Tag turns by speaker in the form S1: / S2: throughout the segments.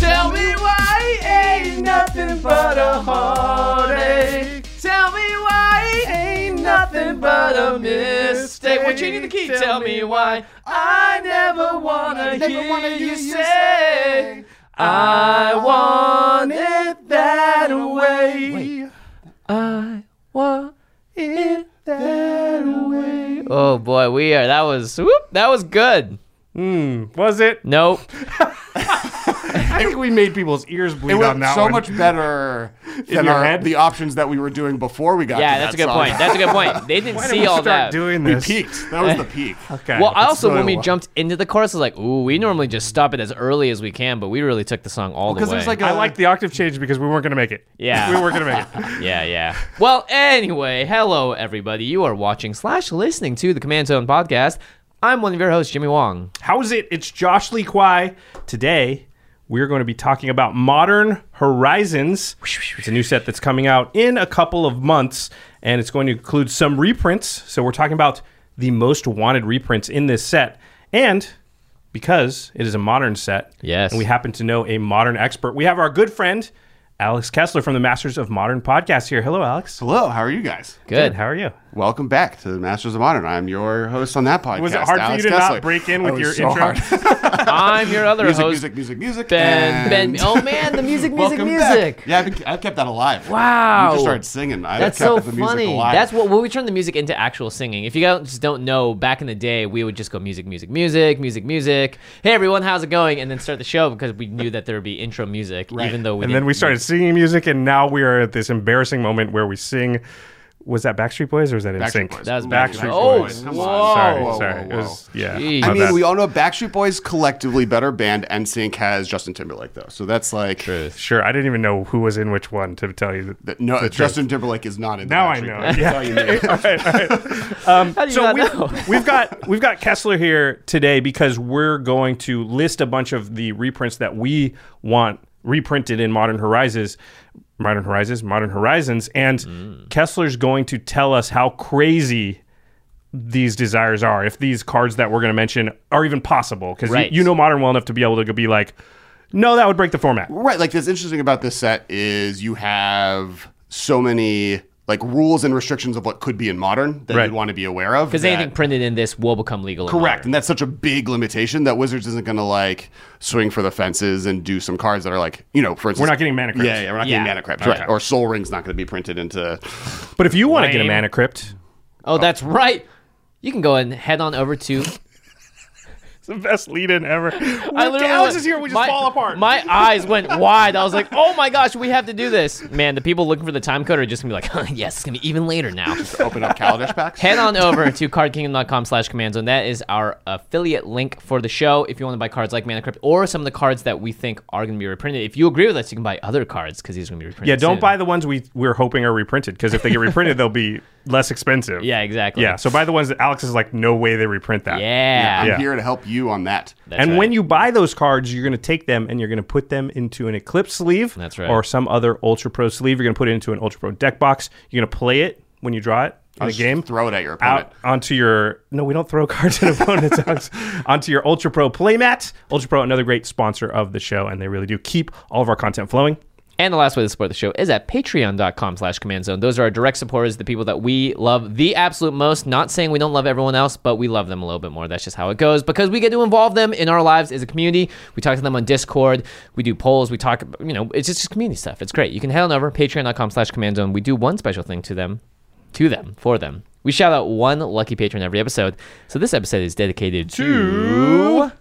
S1: Tell me why ain't nothing but a heartache. Tell me why ain't nothing but a mistake. We're changing the key. Tell me why I never wanna hear you say I want it that way. I want it that way. Oh boy, we are. That was whoop. That was good.
S2: Was it?
S1: Nope.
S2: I think we made people's ears bleed
S3: It
S2: on
S3: went
S2: that
S3: so
S2: one.
S3: much better than
S2: your
S3: our,
S2: head?
S3: the options that we were doing before we got.
S1: Yeah,
S3: to
S1: that's a
S3: that
S1: good
S3: song.
S1: point. That's a good point. They didn't
S2: Why
S1: see
S2: did we
S1: all
S2: start
S1: that.
S2: doing
S3: we
S2: this?
S3: peaked. That was the peak.
S2: Okay.
S1: well, I also when we
S2: jumped.
S1: jumped into the chorus, I was like, "Ooh, we normally just stop it as early as we can, but we really took the song all
S3: Because
S1: the way."
S3: there's like a,
S2: I like the octave change because we weren't going to make it.
S1: Yeah.
S2: We weren't going to make it.
S1: yeah, yeah. Well, anyway, hello everybody. You are watching slash listening to the Command Zone podcast. I'm one of your hosts, Jimmy Wong.
S2: How's it? It's Josh Lee Kwai. Today, we're going to be talking about Modern Horizons. It's a new set that's coming out in a couple of months, and it's going to include some reprints. So, we're talking about the most wanted reprints in this set. And because it is a modern set,
S1: Yes.
S2: and we happen to know a modern expert, we have our good friend, Alex Kessler from the Masters of Modern podcast here. Hello, Alex.
S3: hello. How are you guys?
S1: Good.
S2: How are you?
S3: Welcome back to the Masters of Modern. I'm your host on that podcast.
S2: Was it hard for
S3: Alex
S2: you to
S3: Kessler.
S2: not break in
S3: I
S2: with
S3: was
S2: your
S3: so
S2: intro?
S3: hard.
S1: I'm your other
S3: music,
S1: host,
S3: music, music, music.
S1: Ben.
S3: and-
S1: Ben. Oh man, the music, music,
S3: Welcome
S1: music.
S3: Back. Yeah, I've, been, I've kept that alive.
S1: Wow.
S3: You just started singing. I
S1: That's
S3: kept
S1: so
S3: the music
S1: funny.
S3: alive.
S1: That's what when we turn the music into actual singing. If you guys just don't know, back in the day, we would just go music, music, music, music, music. Hey everyone, how's it going? And then start the show because we knew that there would be intro music,
S3: Right.
S1: even though we
S2: and
S1: didn't.
S2: then we started singing music, and now we are at this embarrassing moment where we sing. Was that Backstreet Boys or was that NSYNC?
S3: Backstreet Boys.
S1: That was
S2: Backstreet
S1: Backstreet
S2: Boys.
S1: Boys.
S2: Come
S1: Oh,
S2: on.
S1: whoa.
S2: Sorry,
S3: Whoa,
S2: sorry.
S3: whoa,
S2: It was, yeah.
S1: Jeez.
S2: my
S3: I mean,
S2: bad.
S3: we all know Backstreet Boys collectively better band, and Sync has Justin Timberlake though. So that's like
S2: sure. I didn't even know who was in which one to tell you. That.
S3: That, no, Justin Timberlake is not in. the
S2: Now I
S3: Backstreet
S2: know.
S3: Boys. That's all you need.
S1: How do you
S2: So
S1: not
S2: we've,
S1: know?
S2: we've got we've got Kessler here today because we're going to list a bunch of the reprints that we want reprinted in Modern Horizons, Modern Horizons, Modern Horizons, and Kessler's going to tell us how crazy these desires are, if these cards that we're going to mention are even possible, because
S1: Right.
S2: you, know Modern well enough to be able to go be like, no, that would break the format.
S3: Right. Like, that's interesting about this set is you have so many like rules and restrictions of what could be in modern that
S2: Right.
S3: you'd want to be aware of.
S1: Because
S3: that-
S1: anything printed in this will become legal. in
S3: Correct.
S1: modern.
S3: And that's such a big limitation that Wizards isn't going to like swing for the fences and do some cards that are like, you know, for instance.
S2: We're not getting mana crypts.
S3: Yeah, yeah, we're not
S1: Yeah.
S3: getting mana crypts.
S2: Okay.
S3: Right. Or Soul Ring's not going to be printed into.
S2: But if you want to get a
S1: Lame.
S2: mana crypt,
S1: Oh, that's right. You can go and head on over to.
S2: it's the best lead in ever.
S1: I
S2: When
S1: literally-
S2: Alex is here, we just
S1: my-
S2: fall apart.
S1: My eyes went wide. I was like, "Oh my gosh, we have to do this!" Man, the people looking for the time code are just gonna be like, huh, "Yes, it's gonna be even later now."
S3: Open up Kaladesh packs.
S1: head on over to cardkingdom.com slash command zone. That is our affiliate link for the show. If you want to buy cards like Mana Crypt or some of the cards that we think are going to be reprinted, if you agree with us, you can buy other cards because these are going to be reprinted.
S2: Yeah, don't
S1: soon.
S2: buy the ones we we're hoping are reprinted because if they get reprinted, they'll be less expensive.
S1: Yeah, exactly.
S2: Yeah, so buy the ones that Alex is like, no way they reprint that.
S1: Yeah.
S3: I'm
S2: Yeah.
S3: here to help you you on that.
S1: That's
S2: and
S1: right.
S2: when you buy those cards, you're going to take them and you're going to put them into an Eclipse sleeve
S1: That's right.
S2: or some other Ultra Pro sleeve. You're going to put it into an Ultra Pro deck box. You're going to play it when you draw it on a
S3: Just
S2: game.
S3: throw it at your opponent.
S2: out onto your no, we don't throw cards at opponents. Alex. onto your Ultra Pro playmat. Ultra Pro, another great sponsor of the show, and they really do keep all of our content flowing.
S1: And the last way to support the show is at patreon.com slash command zone. Those are our direct supporters, the people that we love the absolute most. Not saying we don't love everyone else, but we love them a little bit more. That's just how it goes because we get to involve them in our lives as a community. We talk to them on Discord. We do polls. We talk, you know, it's just community stuff. It's great. You can head on over patreon.com slash command zone. We do one special thing to them, to them, for them. We shout out one lucky patron every episode. So this episode is dedicated to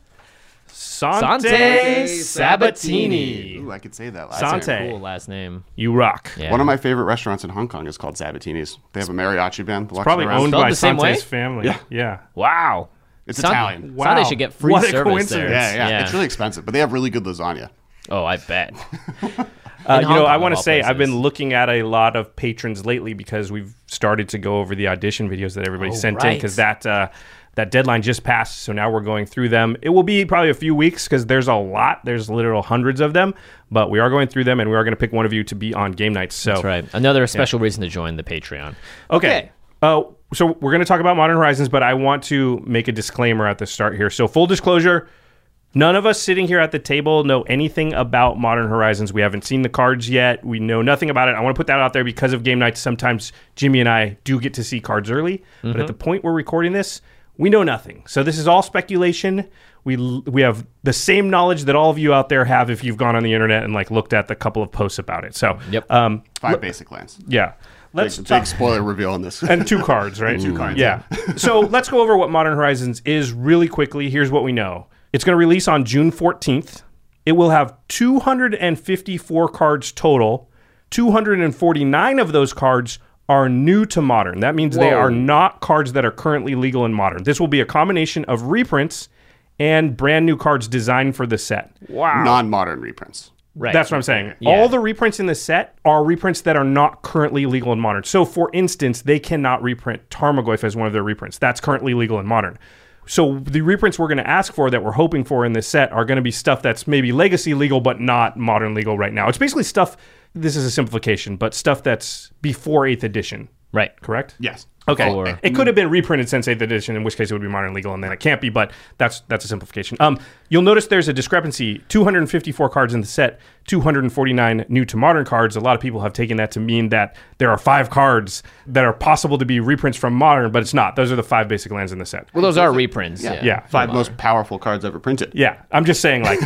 S2: Sante,
S1: Sante Sabatini.
S3: Ooh, I could say that last
S2: Sante.
S3: name.
S1: Cool last name.
S2: You rock.
S1: Yeah.
S3: One of my favorite restaurants in Hong Kong is called Sabatini's. They have a mariachi band. walks
S2: Probably
S3: around.
S2: owned
S1: Spelled
S2: by
S1: the same
S2: Sante's
S1: way?
S2: family. Yeah. yeah.
S1: Wow.
S3: It's
S1: Sante-
S3: Italian.
S2: Wow.
S1: Sante should get free
S2: What a
S1: service there.
S2: coincidence.
S3: Yeah, yeah, It's really expensive, but they have really good lasagna.
S1: Oh, I bet.
S2: Uh,
S1: In
S2: you
S1: Hong
S2: know,
S1: Kong,
S2: I
S1: of
S2: want
S1: all
S2: to say I've
S1: places.
S2: been looking at a lot of patrons lately because we've started to go over the audition videos that everybody sent in
S1: Oh, right.
S2: because that uh, that deadline just passed. So now we're going through them. It will be probably a few weeks because there's a lot. There's literal hundreds of them, but we are going through them and we are going to pick one of you to be on game nights. So
S1: That's right. Another special reason to join the Patreon.
S2: Okay.
S1: Okay.
S2: Uh, so we're going to talk about Modern Horizons, but I want to make a disclaimer at the start here. So full disclosure, none of us sitting here at the table know anything about Modern Horizons. We haven't seen the cards yet. We know nothing about it. I want to put that out there because of game nights. Sometimes Jimmy and I do get to see cards early,
S1: Mm-hmm.
S2: but at the point we're recording this, we know nothing. So this is all speculation. We l- we have the same knowledge that all of you out there have if you've gone on the internet and like looked at the couple of posts about it. So
S1: Yep.
S2: um,
S3: Five basic lands.
S2: yeah.
S3: Big,
S2: Let's
S3: big spoiler reveal on this.
S2: and two cards, right? two
S3: cards,
S2: Yeah. so let's go over what Modern Horizons is really quickly. Here's what we know. It's going to release on June 14th. It will have 254 cards total. 249 of those cards are new to Modern. That means they
S1: Whoa.
S2: are not cards that are currently legal in Modern. This will be a combination of reprints and brand new cards designed for the set.
S1: Wow.
S3: Non-modern reprints.
S1: Right.
S2: That's what I'm saying.
S1: Yeah.
S2: All the reprints in the set are reprints that are not currently legal in modern. So, for instance, they cannot reprint Tarmogoyf as one of their reprints. That's currently legal in modern. So, the reprints we're going to ask for that we're hoping for in this set are going to be stuff that's maybe legacy legal but not modern legal right now. It's basically stuff, this is a simplification, but stuff that's before 8th edition,
S1: Right.
S2: correct?
S3: Yes.
S1: Oh,
S2: Okay.
S1: Or-
S2: it could have been reprinted since 8th edition, in which case it would be modern legal, and then it can't be, but that's that's a simplification. Um, you'll notice there's a discrepancy 254 cards in the set, 249 new to modern cards. A lot of people have taken that to mean that there are five cards that are possible to be reprints from modern, but it's not. Those are the five basic lands in the set.
S1: Well, those are reprints. Yeah.
S2: Yeah.
S3: Five most powerful cards ever printed.
S2: Yeah, I'm just saying, like,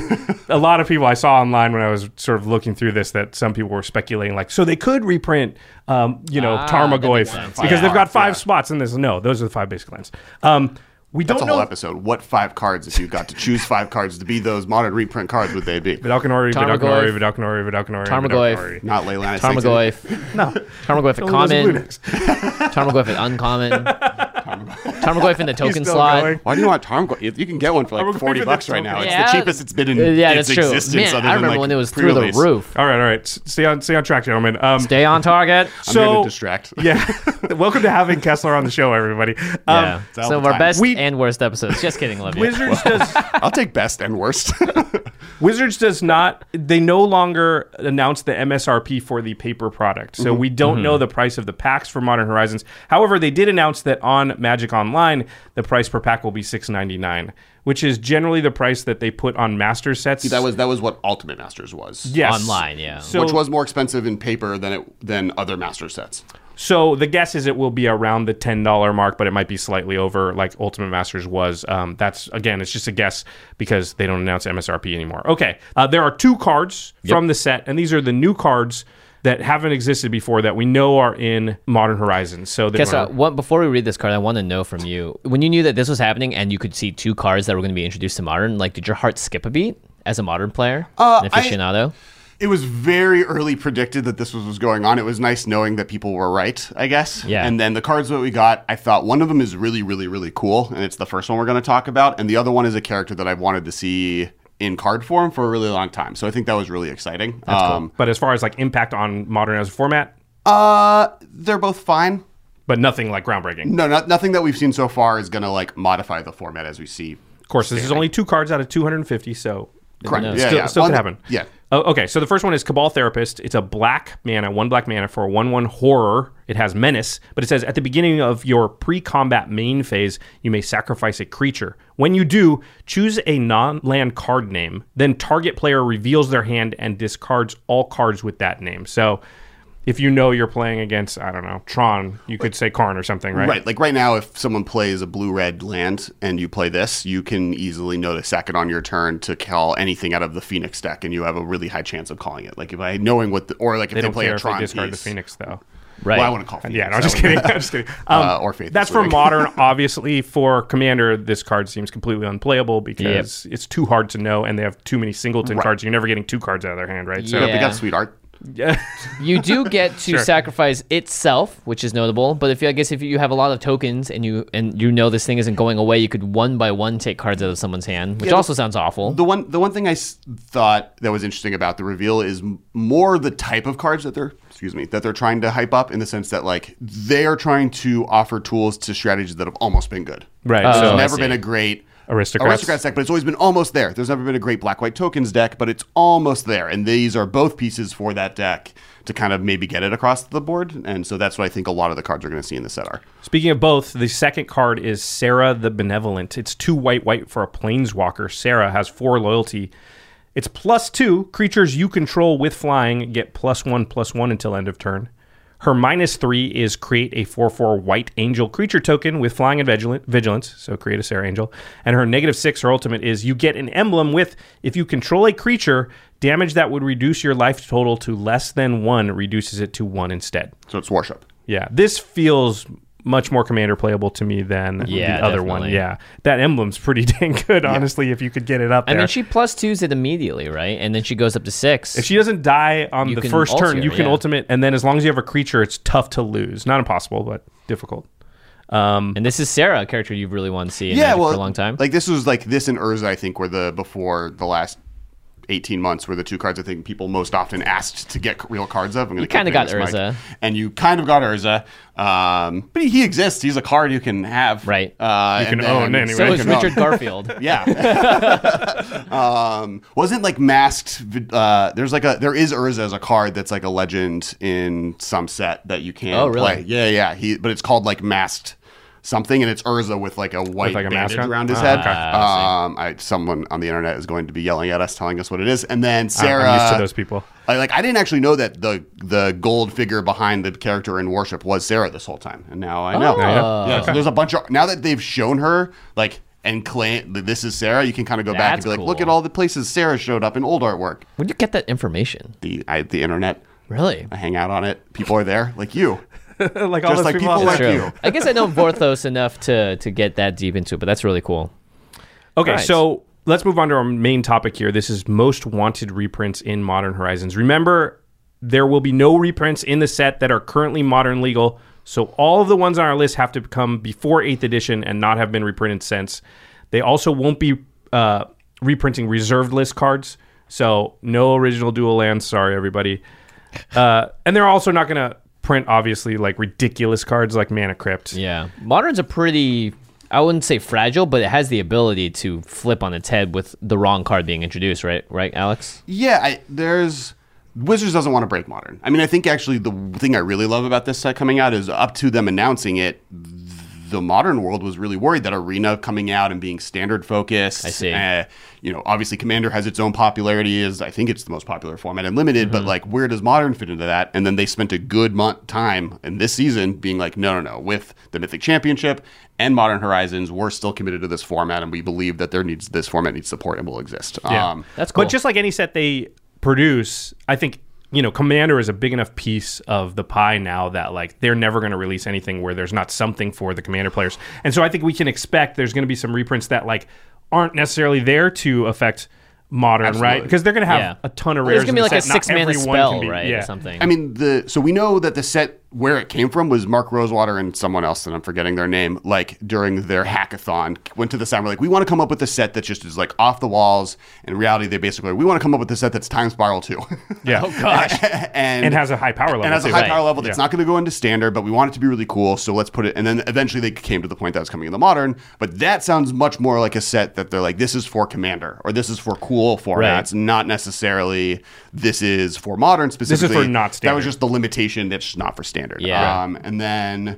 S2: a lot of people I saw online when I was sort of looking through this that some people were speculating, like, so they could reprint, um, you know,
S1: Ah, that makes sense.
S2: Tarmogoyf because
S3: Five
S2: they've got
S3: cards,
S2: five
S3: yeah.
S2: spots in this. No, those are the five basic lands. Um, we
S3: That's
S2: don't
S3: a whole
S2: know.
S3: episode. What five cards, if you got to choose five cards to be those modern reprint cards, would they be?
S2: Vidalcanori,
S1: Tarmogoyf.
S2: Vidalcanori, Vidalcanori, Vidalcanori,
S1: Tarmogoyf.
S2: Vidalcanori.
S3: Not Leilani.
S1: Tarmogoyf. No. Tarmogoyf at
S2: Only those blue
S1: common.
S2: decks.
S1: Tarmogoyf at uncommon. Tarmogoyf in the token
S2: still
S1: slot.
S2: going.
S3: Why do you want Tarmogoyf? You- You can get one for like
S2: Tarmogoyf
S3: forty
S2: is
S3: bucks
S2: the
S3: right now.
S1: token.
S3: It's
S1: Yeah. Uh,
S3: the cheapest it's been in
S1: Yeah,
S3: its
S1: that's true.
S3: existence.
S1: Man,
S3: other
S1: I
S3: than,
S1: remember
S3: like,
S1: when it was through the
S3: pre-release.
S1: roof.
S2: All right, all right. Stay on, stay on track, gentlemen. Um,
S1: Stay on target.
S3: I'm
S2: so
S3: gonna distract.
S2: yeah, welcome to having Kessler on the show, everybody. Um,
S1: yeah.
S3: all
S1: Some of
S3: the
S1: our
S3: time.
S1: best
S2: We-
S1: and worst episodes. Just kidding, love you.
S2: Wizards does
S3: I'll take best and worst.
S2: Wizards does not. They no longer announce the MSRP for the paper product, so we don't know the price of the packs for Modern Horizons. However, they did announce that on Magic Online, the price per pack will be six ninety nine, which is generally the price that they put on master sets.
S3: that was that was what Ultimate Masters was.
S2: yes.
S1: Online, yeah.
S2: So,
S3: which was more expensive in paper than it than other master sets.
S2: so the guess is it will be around the ten dollar mark, but it might be slightly over, like Ultimate Masters was. Um, that's again, it's just a guess because they don't announce MSRP anymore. Okay, uh, there are two cards from the set, and these are the new cards that haven't existed before that we know are in Modern Horizons. So they
S1: Guess uh, what?
S2: were-
S1: What- Before we read this card, I want to know from you when you knew that this was happening and you could see two cards that were going to be introduced to modern. Like, did your heart skip a beat as a modern player, an
S3: Uh, I-
S1: aficionado?
S3: It was very early predicted that this was, was going on. It was nice knowing that people were right, I guess.
S1: Yeah.
S3: And then the cards that we got, I thought one of them is really, really, really cool, and it's the first one we're going to talk about, and the other one is a character that I've wanted to see in card form for a really long time. So I think that was really exciting. um,
S2: But as far as like impact on Modern as a format,
S3: Uh, they're both fine.
S2: but nothing like groundbreaking.
S3: No, not, nothing that we've seen so far is going to like modify the format as we see
S2: course, this is only two cards out of 250, so
S3: Correct.
S2: It
S3: Yeah,
S2: still,
S3: yeah.
S2: still
S3: One-
S2: could happen.
S3: yeah.
S2: Oh, okay, so the first one is Cabal Therapist. It's a black mana, one black mana for a 1 1 horror. It has menace, but it says at the beginning of your pre combat main phase, you may sacrifice a creature. When you do, choose a non land card name. Then target player reveals their hand and discards all cards with that name. So if you know you're playing against, I don't know, Tron, you could say Karn or something, right?
S3: Right. Like right now, if someone plays a blue red land and you play this, you can easily know to sack it on your turn to call anything out of the Phoenix deck, and you have a really high chance of calling it. Like if I knowing what, the, or like if
S2: They
S3: they,
S2: don't
S3: play
S2: care
S3: a
S2: if they
S3: Tron
S2: discard
S3: piece.
S2: the Phoenix, though.
S4: Right.
S3: Well, I want to call. Phoenix.
S2: Yeah, no, I'm just
S3: That would-
S2: kidding. I'm just kidding. Um,
S3: Uh, or Faith.
S2: That's
S3: this
S2: for
S3: week.
S2: modern, obviously. For commander, this card seems completely unplayable because it's too hard to know, and they have too many singleton cards. You're never getting two cards out of their hand, right? So,
S3: Yeah, They
S4: Yeah.
S3: got sweet art.
S4: You do get to sacrifice itself, which is notable. But if you, I guess if you have a lot of tokens and you and you know this thing isn't going away, you could one by one take cards out of someone's hand, which also sounds awful.
S3: The one, the one thing I s- thought that was interesting about the reveal is m- more the type of cards that they're, excuse me, that they're trying to hype up in the sense that like they are trying to offer tools to strategies that have almost been good.
S2: right.
S4: Oh,
S3: There's
S2: so,
S4: I
S3: never
S4: see.
S3: been a great
S2: Aristocrats.
S3: deck, but it's always been almost there. There's never been a great black white tokens deck, but it's almost there. And these are both pieces for that deck to kind of maybe get it across the board. And so that's what I think a lot of the cards are going to see in the set are.
S2: speaking of both, the second card is Sarah the Benevolent. It's two white, white for a planeswalker. Sarah has four loyalty. It's plus two. Creatures you control with flying get plus one, plus one until end of turn. Her minus three is create a 4 4 white angel creature token with flying and vigilant, vigilance. So create a Sarah angel. And her negative six, her ultimate, is you get an emblem with if you control a creature, damage that would reduce your life total to less than one reduces it to one instead.
S3: So it's worship.
S2: Yeah, this feels much more commander playable to me than
S4: Yeah,
S2: the other one.
S4: definitely.
S2: Yeah, that emblem's pretty dang good, honestly. If you could get it up
S4: I
S2: there,
S4: mean, she plus twos it immediately, right? And then she goes up to six.
S2: if she doesn't die on
S4: You
S2: the
S4: can
S2: first
S4: ulti
S2: turn,
S4: her,
S2: you can
S4: yeah.
S2: ultimate, and then as long as you have a creature, it's tough to lose. Not impossible, but difficult.
S4: and this is Sarah, a character you've really wanted to see in
S3: yeah,
S4: Magic
S3: well,
S4: for a long time.
S3: Like this was like this and Urza, I think, were the before the last. 18 months were the two cards I think people most often asked to get c- real cards of. I'm gonna
S4: You
S3: keep
S4: kinda
S3: hitting
S4: got
S3: this mic.
S4: Urza.
S3: And you kind of got Urza. Um, but he, he exists. He's a card you can have.
S4: Right.
S3: Uh,
S2: You
S3: and
S2: can own
S3: then-
S2: anyway.
S4: so
S2: I
S4: is
S3: can own.
S4: Richard Garfield.
S3: Yeah. um, wasn't like masked. Uh, there's like a there is Urza as a card that's like a legend in some set that you can
S4: Oh, really?
S3: play. Yeah, yeah. He but it's called like masked something, and it's Urza with like a white
S2: like, a mask
S3: bandage
S2: on?
S3: around his
S2: Ah,
S3: head.
S2: okay.
S3: Um, I, someone on the internet is going to be yelling at us, telling us what it is, and then Sarah.
S2: Ah, I'm used to those people.
S3: I, like I didn't actually know that the the gold figure behind the character in worship was Sarah this whole time, and now I know.
S4: Oh. Yeah,
S3: Yeah, Uh, so there's a bunch of now that they've shown her like and claim that this is Sarah, you can kind of go back and
S4: That's
S3: be like, look
S4: cool.
S3: at all the places Sarah showed up in old artwork.
S4: Where'd you get that information?
S3: The I, the internet,
S4: Really?
S3: I hang out on it. People are there, like you.
S2: like all
S3: Just
S2: those
S3: like
S2: people.
S3: people
S2: out
S3: like
S2: there.
S3: you.
S4: I guess I know Vorthos enough to to get that deep into it, but that's really cool.
S2: Okay,
S4: Right.
S2: so let's move on to our main topic here. This is most wanted reprints in Modern Horizons. Remember, there will be no reprints in the set that are currently modern legal. So all of the ones on our list have to come before 8th edition and not have been reprinted since. They also won't be uh, reprinting reserved list cards. So no original dual lands. Sorry, everybody. Uh, and they're also not going to print, obviously, like ridiculous cards like Mana Crypt.
S4: Yeah. Modern's a pretty I wouldn't say fragile, but it has the ability to flip on its head with the wrong card being introduced, right? Right, Alex?
S3: Yeah, I, there's Wizards doesn't want to break modern. I mean, I think actually the thing I really love about this set coming out is up to them announcing it. The modern world was really worried that arena coming out and being standard focused. I
S4: see.
S3: Uh, you know, obviously commander has its own popularity. Is I think it's the most popular format in limited. But like, where does modern fit into that? And then they spent a good month time in this season being like, no, no, no. With the Mythic Championship and Modern Horizons, we're still committed to this format, and we believe that there needs this format needs support and will exist. Um,
S2: Yeah.
S4: That's cool.
S2: Um, But just like any set they produce, I think you know Commander is a big enough piece of the pie now that like they're never going to release anything where there's not something for the Commander players, and so I think we can expect there's going to be some reprints that like aren't necessarily there to affect modern, right?
S3: Absolutely.
S2: Because they're going to have
S4: Yeah.
S2: a ton of
S4: Well, there's
S2: rares.
S4: gonna be
S2: in
S4: like
S2: the
S4: a
S2: set. Not
S4: six mana
S2: everyone can
S4: spell,
S2: be-
S4: right?
S2: Yeah.
S4: Or something.
S3: I mean, the so we know that the set where it came from was Mark Rosewater and someone else that I'm forgetting their name, like during their hackathon, went to the sound. We're like, we want to come up with a set that just is like off the walls. In reality, they basically, we want to come up with a set that's time spiral too.
S2: Yeah.
S1: Oh gosh.
S3: and,
S2: And has a high power level.
S3: And has a
S2: too.
S3: high
S1: Right.
S3: power level that's
S2: Yeah.
S3: not going to go into standard, but we want it to be really cool. So let's put it. And then eventually they came to the point that was coming in the modern, but that sounds much more like a set that they're like, this is for Commander or this is for cool formats,
S1: Right.
S3: not necessarily this is for modern specifically.
S2: not
S3: That
S2: standard.
S3: was just the limitation that's just not for standard.
S1: Yeah.
S3: Um, and then.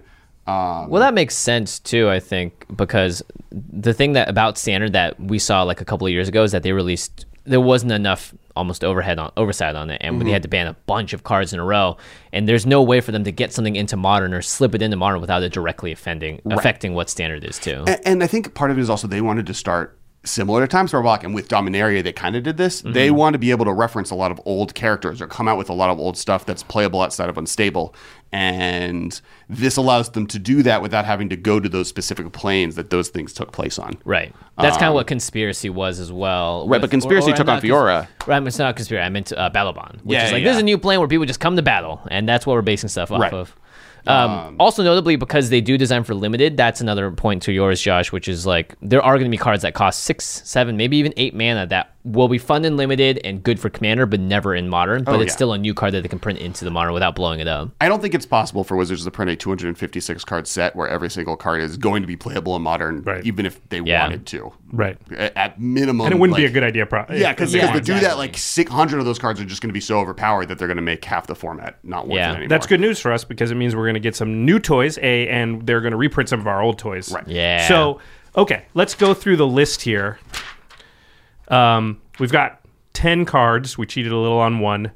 S3: Um,
S1: Well, that makes sense too. I think because the thing that about standard that we saw like a couple of years ago is that they released there wasn't enough almost overhead on oversight on it, and they had to ban a bunch of cards in a row. And there's no way for them to get something into modern or slip it into modern without it directly offending affecting what standard is too.
S3: A- And I think part of it is also they wanted to start similar to Time Star Block, and with Dominaria, they kind of did this.
S2: Mm-hmm.
S3: They want to be able to reference a lot of old characters or come out with a lot of old stuff that's playable outside of Unstable. And this allows them to do that without having to go to those specific planes that those things took place on.
S1: Right. That's kind of what conspiracy was as well.
S3: Um, Right, but
S1: or-
S3: Conspiracy
S1: or
S3: took on
S1: not
S3: Fiora.
S1: Cons- right, it's not conspiracy. I meant uh, Battlebond, which
S3: Yeah,
S1: is like
S3: yeah,
S1: this is a
S3: yeah.
S1: new plan where people just come to battle, and that's what we're basing stuff off
S3: Right.
S1: of. Um, also, notably, because they do design for limited, that's another point to yours, Josh, which is like there are going to be cards that cost six, seven, maybe even eight mana that will be fun in limited and good for commander, but never in modern. But
S3: Oh,
S1: it's
S3: yeah.
S1: still a new card that they can print into the modern without blowing it up.
S3: I don't think it's possible for Wizards to print a 256 card set where every single card is going to be playable in modern,
S2: Right.
S3: even if they
S1: Yeah.
S3: wanted to.
S2: Right.
S3: A- At minimum,
S2: And it wouldn't be
S3: like-
S2: a good idea. Pro-
S3: Yeah, because
S1: Yeah,
S3: to do that,
S1: exactly.
S3: like 600 of those cards are just going to be so overpowered that they're going to make half the format not worth
S1: Yeah.
S3: it anymore.
S2: That's good news for us because it means we're going to get some new toys, A, and they're going to reprint some of our old toys.
S3: Right.
S1: Yeah.
S2: So, okay, let's go through the list here. Um, we've got 10 cards. We cheated a little on one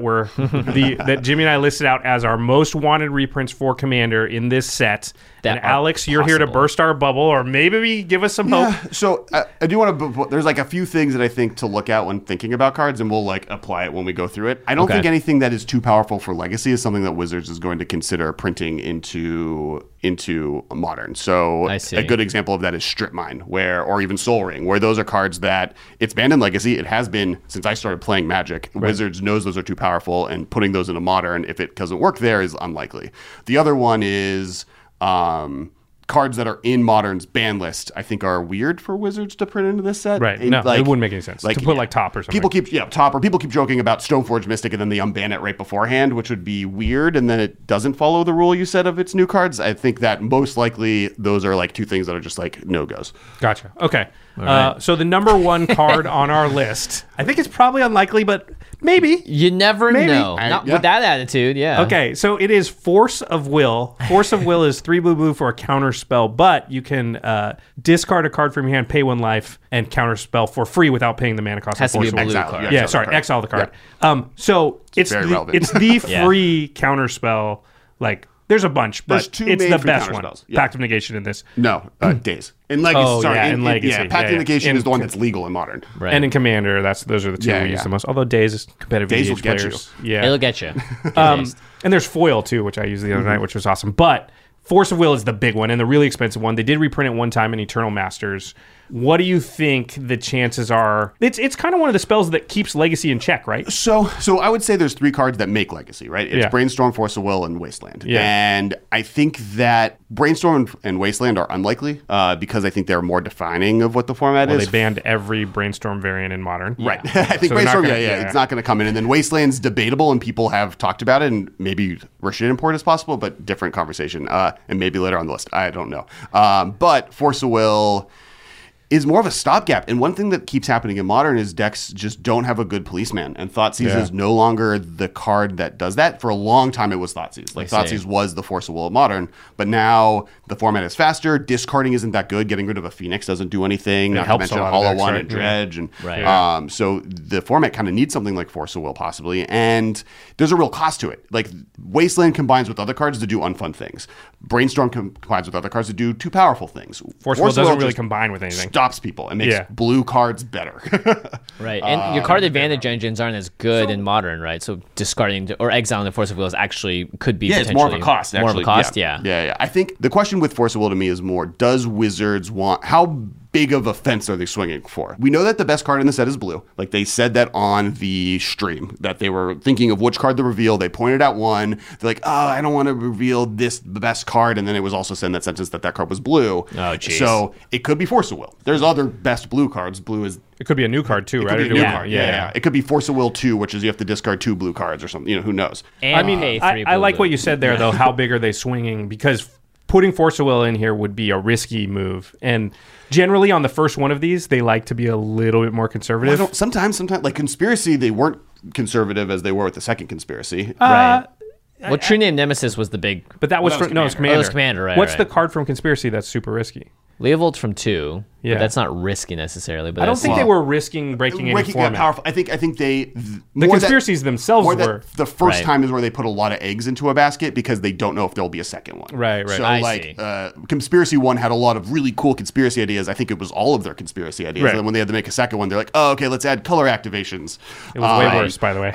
S2: were the that Jimmy and I listed out as our most wanted reprints for Commander in this set.
S1: That
S2: and
S1: are
S2: Alex, you're here to
S1: possible.
S2: burst our bubble or maybe give us some hope.
S3: So I, I do want to. There's like a few things that I think to look at when thinking about cards, and we'll like apply it when we go through it. I don't
S1: Okay.
S3: think anything that is too powerful for Legacy is something that Wizards is going to consider printing into into Modern. So
S1: I see.
S3: a good example of that is Strip Mine, where or even Soul Ring, where those are cards that it's banned in Legacy. It has been since I started playing Magic. Wizards knows those are too powerful, and putting those into Modern, if it doesn't work there, is unlikely. The other one is. Um, cards that are in Modern's ban list, I think, are weird for Wizards to print into this set.
S2: Right.
S3: And,
S2: No, it wouldn't make any sense. To put, like, top or something.
S3: People keep yeah, top or people keep joking about Stoneforge Mystic and then they unban it right beforehand, which would be weird. And then it doesn't follow the rule you said of its new cards. I think that most likely those are like two things that are just like no goes.
S2: Gotcha. Okay. Uh, so the number one card on our list, I think it's probably unlikely, but maybe
S1: You never
S2: Maybe.
S1: know.
S3: I-
S1: Not
S3: yeah.
S1: with that attitude, yeah.
S2: Okay, so it is Force of Will. Force of Will is three blue blue for a counter spell, but you can uh, discard a card from your hand, pay one life, and counter spell for free without paying the mana cost. of
S1: Has to be
S2: Force
S1: a
S2: of
S1: blue
S2: Will.
S3: Exile,
S1: card.
S3: yeah.
S2: Yeah,
S3: Exile the
S2: sorry,
S3: card.
S2: exile the card. Um, so it's
S3: very
S2: the,
S3: relevant.
S2: it's the
S1: Yeah.
S2: free counter spell. Like there's a bunch, but
S3: There's two
S2: it's
S3: main
S2: the
S3: free
S2: best
S3: counter
S2: one.
S3: spells. Yeah.
S2: Pact of Negation in this,
S3: No uh, days in Legacy.
S2: Oh,
S3: sorry,
S2: yeah,
S3: in,
S2: in
S3: in-
S2: Legacy.
S3: Yeah, Pact
S2: Yeah,
S3: of
S2: yeah.
S3: Negation
S2: In-
S3: is the one that's legal in Modern.
S1: Right.
S2: and in Commander, that's those are the two
S3: Yeah,
S2: we use
S3: yeah.
S2: the most. Although Days is competitive
S3: Daze
S2: EDH
S3: will get you.
S2: players. Yeah,
S1: It'll get you.
S2: Um, and there's foil too, which I used the other
S3: Mm-hmm.
S2: night, which was awesome. But Force of Will is the big one and the really expensive one. They did reprint it one time in Eternal Masters. What do you think the chances are? It's it's kind of one of the spells that keeps Legacy in check, right?
S3: So, so I would say there's three cards that make Legacy, right? It's
S2: Yeah.
S3: Brainstorm, Force of Will, and Wasteland.
S2: Yeah.
S3: And I think that Brainstorm and, and Wasteland are unlikely uh, because I think they're more defining of what the format
S2: Well,
S3: is.
S2: they banned every Brainstorm variant in Modern.
S3: Right.
S2: Yeah.
S3: I think
S2: So they're not
S3: Brainstorm,
S2: gonna-
S3: yeah, yeah, it's not going to come in. And then Wasteland's debatable, and people have talked about it, and maybe Rashid Import is possible, but different conversation. Uh, and maybe later on the list. I don't know. Um, but Force of Will is more of a stopgap. And one thing that keeps happening in modern is decks just don't have a good policeman. And Thoughtseize
S2: Yeah.
S3: is no longer the card that does that. For a long time, it was Thoughtseize. Like
S1: I see.
S3: Thoughtseize was the Force of Will of modern, but now the format is faster. Discarding isn't that good. Getting rid of a Phoenix doesn't do anything. Not
S2: helps
S3: to
S2: a
S3: mention
S2: lot of
S3: Hollow
S2: decks,
S3: One
S2: right?
S3: and
S2: Yeah.
S3: Dredge. And
S1: Right.
S3: um, um, so the format kind of needs something like Force of Will, possibly, and there's a real cost to it. Like Wasteland combines with other cards to do unfun things. Brainstorm com- combines with other cards to do too powerful things.
S2: Force of Will doesn't really
S3: just
S2: combine with anything.
S3: Stops people and makes
S2: Yeah.
S3: blue cards better.
S1: Right, and
S3: Uh,
S1: your card advantage engines aren't as good in modern, right? So discarding or exiling the force of will is actually could be
S3: yeah, it's more of a
S1: potentially
S3: cost. Actually.
S1: More of a cost, yeah.
S3: yeah, yeah. I think the question with Force of Will to me is more: Does Wizards want how big of a fence are they swinging for? We know that the best card in the set is blue. Like they said that on the stream that they were thinking of which card to reveal. They pointed out one. They're like, oh, I don't want to reveal this the best card. And then it was also said in that sentence that that card was blue.
S1: Oh, jeez.
S3: So it could be Force of Will. There's other best blue cards. Blue is
S2: It could be a new card too,
S3: it
S2: right?
S3: could be
S2: Or
S3: a new
S2: do we-
S3: card. Yeah, yeah, yeah. It could be Force of Will two, which is you have to discard two blue cards or something. You know, who knows?
S1: And
S2: I mean,
S1: pay
S2: I,
S1: three
S2: I
S1: blue
S2: like what
S1: blue.
S2: you said there, though. How big are they swinging? Because putting Force of Will in here would be a risky move, and generally on the first one of these, they like to be a little bit more
S3: I
S2: conservative.
S3: don't. Sometimes, sometimes like conspiracy, they weren't conservative as they were with the second conspiracy.
S2: Uh,
S1: Right. well, True Name Nemesis was the big.
S2: But that was, from no, it's
S1: Commander.
S2: commander.
S1: Oh, it's Commander, right,
S2: What's
S1: right.
S2: the card from Conspiracy that's super risky?
S1: Leovold from two. Yeah.
S2: Yeah.
S1: But that's not risky necessarily. But
S2: I don't
S1: that's-
S2: think they were risking breaking any
S3: Waking got
S2: format.
S3: powerful. I think. I think they th-
S2: the
S3: more that-
S2: conspiracies themselves
S3: more
S2: were
S3: that the first
S1: Right.
S3: time is where they put a lot of eggs into a basket because they don't know if there'll be a second one.
S2: Right, right.
S3: So
S1: I see.
S3: like, uh, conspiracy one had a lot of really cool conspiracy ideas. I think it was all of their conspiracy ideas.
S2: Right.
S3: And then when they had to make a second one, they're like, oh, okay, let's add color activations.
S2: it was way
S3: Uh,
S2: worse, by the way.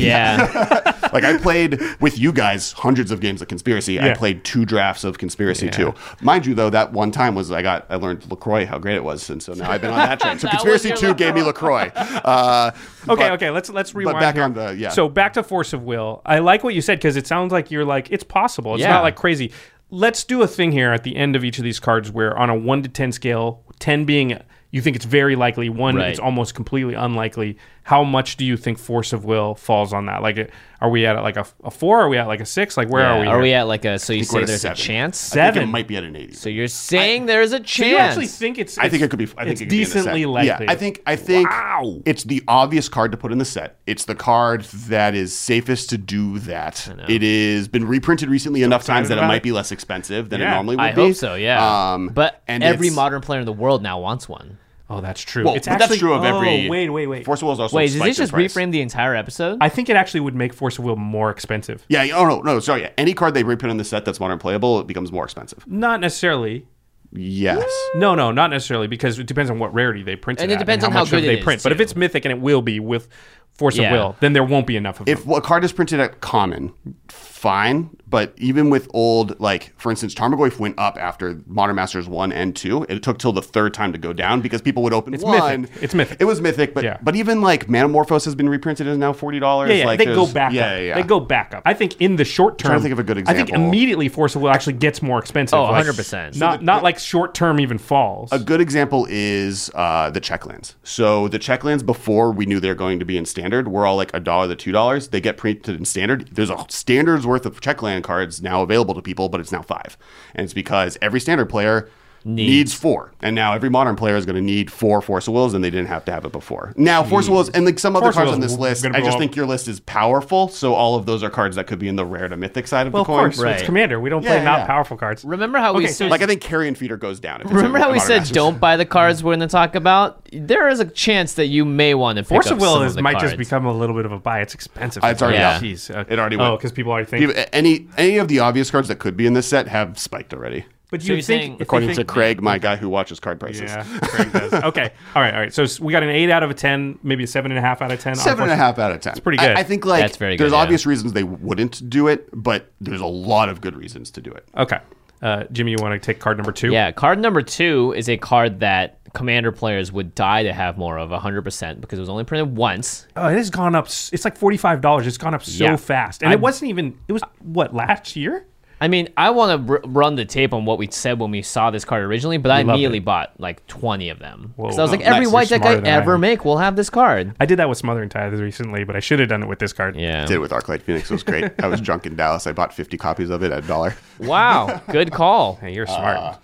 S1: Yeah.
S3: like I played with you guys hundreds of games of conspiracy. I
S2: Yeah.
S3: played two drafts of conspiracy too. Mind you, though, that one time was I got I learned Lacroix how great it was, and so now I've been on that train. So conspiracy two gave me Lacroix. Uh,
S2: okay,
S3: but-
S2: okay. Let's let's rewind.
S3: back
S2: here.
S3: on the- yeah.
S2: So back to force of will. I like what you said because it sounds like you're like it's possible. It's
S1: Yeah.
S2: not like crazy. Let's do a thing here at the end of each of these cards where on a one to ten scale, ten being you think it's very likely, one
S1: Right.
S2: it's almost completely unlikely. How much do you think force of will falls on that? Like, uh, are we at like a, a four? Are we at like a six? Like, where
S1: Yeah.
S2: are we?
S1: Are
S2: here?
S1: we at like a? So you
S3: we're
S1: say
S3: at
S1: there's a
S3: seven.
S1: chance.
S3: I think it
S2: Seven.
S3: might be at an eighty.
S1: So you're saying there's a
S2: Do
S1: chance.
S2: you actually think it's?
S3: I think
S2: it's-
S3: it could be. I think
S2: it's
S3: it could be in the set.
S2: decently likely.
S3: Yeah, I think. I think.
S2: Wow.
S3: It's the obvious card to put in the set. It's the card that is safest to do that. It is been reprinted recently enough times that it
S2: about
S3: might
S2: it.
S3: be less expensive than it
S2: Yeah.
S3: normally would
S1: I
S3: be.
S1: hope so. Yeah.
S3: Um,
S1: but
S3: and
S1: every
S3: it's-
S1: modern player in the world now wants one.
S2: Oh, that's true.
S3: Well,
S2: it's
S3: but
S2: actually,
S3: that's true of every.
S2: Oh, wait, wait, wait.
S3: Force of Will is also
S1: Wait, did
S3: spiked
S1: this
S3: in
S1: just
S3: price.
S1: reframe the entire episode?
S2: I think it actually would make force of will more expensive.
S3: Yeah. yeah, Oh no. No. Sorry. yeah. Any card they reprint in the set that's modern playable, it becomes more expensive.
S2: Not necessarily.
S3: Yes.
S2: No, no, not necessarily, because it depends on what rarity they print,
S1: And
S2: it
S1: it
S2: at
S1: depends on
S2: how
S1: how
S2: much
S1: good
S2: of
S1: it
S2: they
S1: is,
S2: print. But if
S1: too.
S2: it's mythic and it will be with force
S1: Yeah.
S2: of will, then there won't be enough of
S3: If
S2: them.
S3: a card is printed at common, fine. But even with old, like for instance, Tarmogoyf went up after Modern Masters one and two. It took till the third time to go down because people would open
S2: It's mythic.
S3: one.
S2: It's mythic.
S3: It was mythic, but
S2: Yeah.
S3: but even like Manamorphose has been reprinted and is now forty dollars.
S2: Yeah, yeah,
S3: like
S2: they
S3: there's-
S2: go back
S3: Yeah,
S2: up.
S3: yeah, yeah.
S2: They go back up. I think in the short term,
S3: trying to think of a good
S2: I think
S3: example.
S2: immediately force of will actually gets more expensive.
S1: Oh,
S2: like,
S1: 100%.
S2: Not not like short term even falls.
S3: A good example is uh, the checklands. So the checklands, before we knew they're going to be in standard, were all like a dollar to two dollars. They get printed in standard. There's a standards worth of checkland cards now available to people, but it's now five, and it's because every standard player. Needs. four, and now every modern player is going to need four Force of Wills, and they didn't have to have it before. Now Force of Wills and like some other
S2: Force of
S3: cards
S2: Wills
S3: on this
S2: will-
S3: list,
S2: gonna
S3: I just
S2: blow up.
S3: think your list is powerful. So all of those are cards that could be in the rare to mythic side of
S2: well,
S3: the
S2: of
S3: coin.
S2: course, it's
S1: Right.
S2: commander. We don't
S3: Yeah,
S2: play
S3: yeah,
S2: not
S3: yeah.
S2: powerful cards.
S1: Remember how we
S2: Okay, so
S1: said
S3: Like I think Carrion Feeder goes down. If it's in
S1: Remember how we
S3: Modern
S1: said
S3: Masters.
S1: don't buy the
S2: Mm.
S1: cards we're going to talk about? There is a chance that you may want to pick
S2: Force
S1: up
S2: of will
S1: some
S2: is
S1: the
S2: might
S1: cards.
S2: just become a little bit of a buy. It's expensive.
S3: Uh, it's already
S1: Yeah. up.
S2: Jeez. uh,
S3: It already went.
S2: Oh, because people already think.
S3: People- a- any any of the obvious cards that could be in this set have spiked already.
S2: But
S1: So
S2: you
S1: you're saying-
S2: think if they
S3: According
S2: think-
S3: to Craig, my guy who watches card prices.
S2: Yeah, Craig does. Okay. All right. All right. So s- we got an eight out of a ten, maybe a seven and a half out of ten.
S3: Seven and a
S2: Unfortunately-
S3: half out of ten. It's
S2: pretty good.
S3: I, I think like
S1: That's very good,
S3: there's
S1: yeah.
S3: obvious reasons they wouldn't do it, but there's a lot of good reasons to do it.
S2: Okay. Uh, Jimmy, you want to take card number two?
S1: Yeah, card number two is a card that commander players would die to have more of 100% because it was only printed once.
S2: Oh, it has gone up. s- It's like forty-five dollars. It's gone up so
S1: Yeah.
S2: fast, and it wasn't even. It was what last year?
S1: I mean, I want to r- run the tape on what we said when we saw this card originally, but I
S2: love
S1: immediately
S2: it.
S1: bought like 20 of them. Because I
S2: Whoa.
S1: was like,
S2: Oh,
S1: every
S3: nice.
S1: white
S2: You're
S1: deck I
S2: smarter than I
S1: ever
S2: am.
S1: make will have this card.
S2: I did that with Smothering Tithes recently, but I should have done it with this card.
S1: Yeah.
S3: Did it with Arclight Phoenix. It was great. I was drunk in Dallas. I bought 50 copies of it at a dollar.
S1: Wow. Good call.
S2: Hey, you're smart.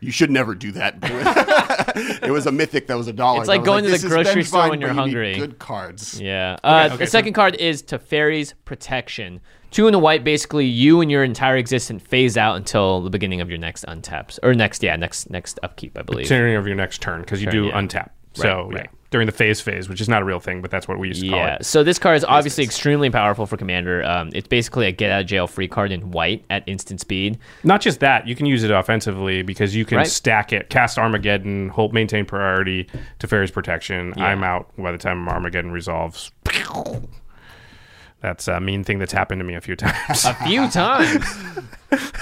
S3: You should never do that. it was a mythic that was a dollar.
S1: It's
S3: And I
S1: like
S3: was
S1: going to
S3: "This
S1: the
S3: is
S1: grocery
S3: Ben's
S1: store
S3: fine,
S1: when you're
S3: but you need
S1: hungry."
S3: Good cards.
S1: Yeah. Uh,
S2: okay,
S1: the
S2: so-
S1: second card is Teferi's Protection. Two and a white, basically, you and your entire existence phase out until the beginning of your next untaps. Or next, yeah, next next upkeep, I believe.
S2: Turning over your next turn because you do
S1: yeah.
S2: untap. So yeah.
S1: right.
S2: during the phase phase, which is not a real thing, but that's what we used to call
S1: Yeah.
S2: it.
S1: So this card is obviously extremely powerful for Commander. Um, it's basically a get out of jail free card in white at instant speed.
S2: Not just that, you can use it offensively because you can
S1: Right.
S2: stack it, cast Armageddon, hold maintain priority to Fairy's protection. I'm out by the time Armageddon resolves. That's a mean thing that's happened to me a few times.
S1: A few times.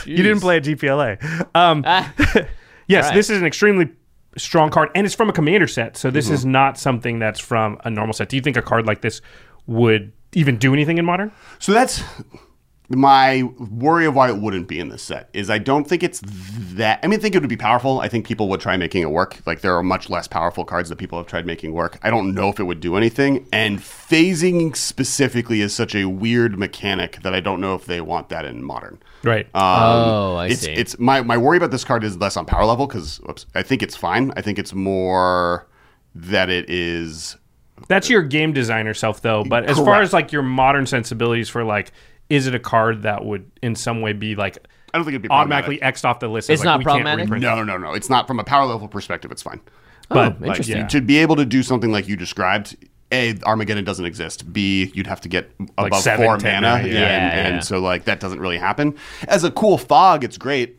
S2: you didn't play at GPLA. Um,
S1: Ah,
S2: yes,
S1: right. Mm-hmm.
S2: this is an extremely strong card, and it's from a commander set. So this is not something that's from a normal set. Do you think a card like this would even do anything in modern?
S3: So that's my worry of why it wouldn't be in this set is I don't think it's that. I mean, I think it would be powerful. I think people would try making it work. Like there are much less powerful cards that people have tried making work. I don't know if it would do anything. And phasing specifically is such a weird mechanic that I don't know if they want that in modern. Um,
S2: Right.
S1: Oh, I
S3: it's,
S1: see.
S3: It's my my worry about this card is less on power level because I think it's fine. I think it's more that it is
S2: That's your game designer self, though. But as far
S3: Correct.
S2: as like your modern sensibilities for like, is it a card that would in some way be like
S3: I don't think it'd be
S2: automatically X'd off the list? as,
S1: It's
S2: like,
S1: not
S2: we can't
S1: problematic?
S2: reprint it?
S3: No, no, no. It's not from a power level perspective. It's fine.
S2: But
S1: Oh,
S2: like,
S1: interesting.
S2: yeah.
S3: To be able to do something like you described, A, Armageddon doesn't exist. B, you'd have to get above
S2: seven,
S3: four
S2: ten,
S3: mana.
S2: yeah.
S3: and,
S1: Yeah, yeah.
S3: and so like that doesn't really happen. As a cool fog, it's great.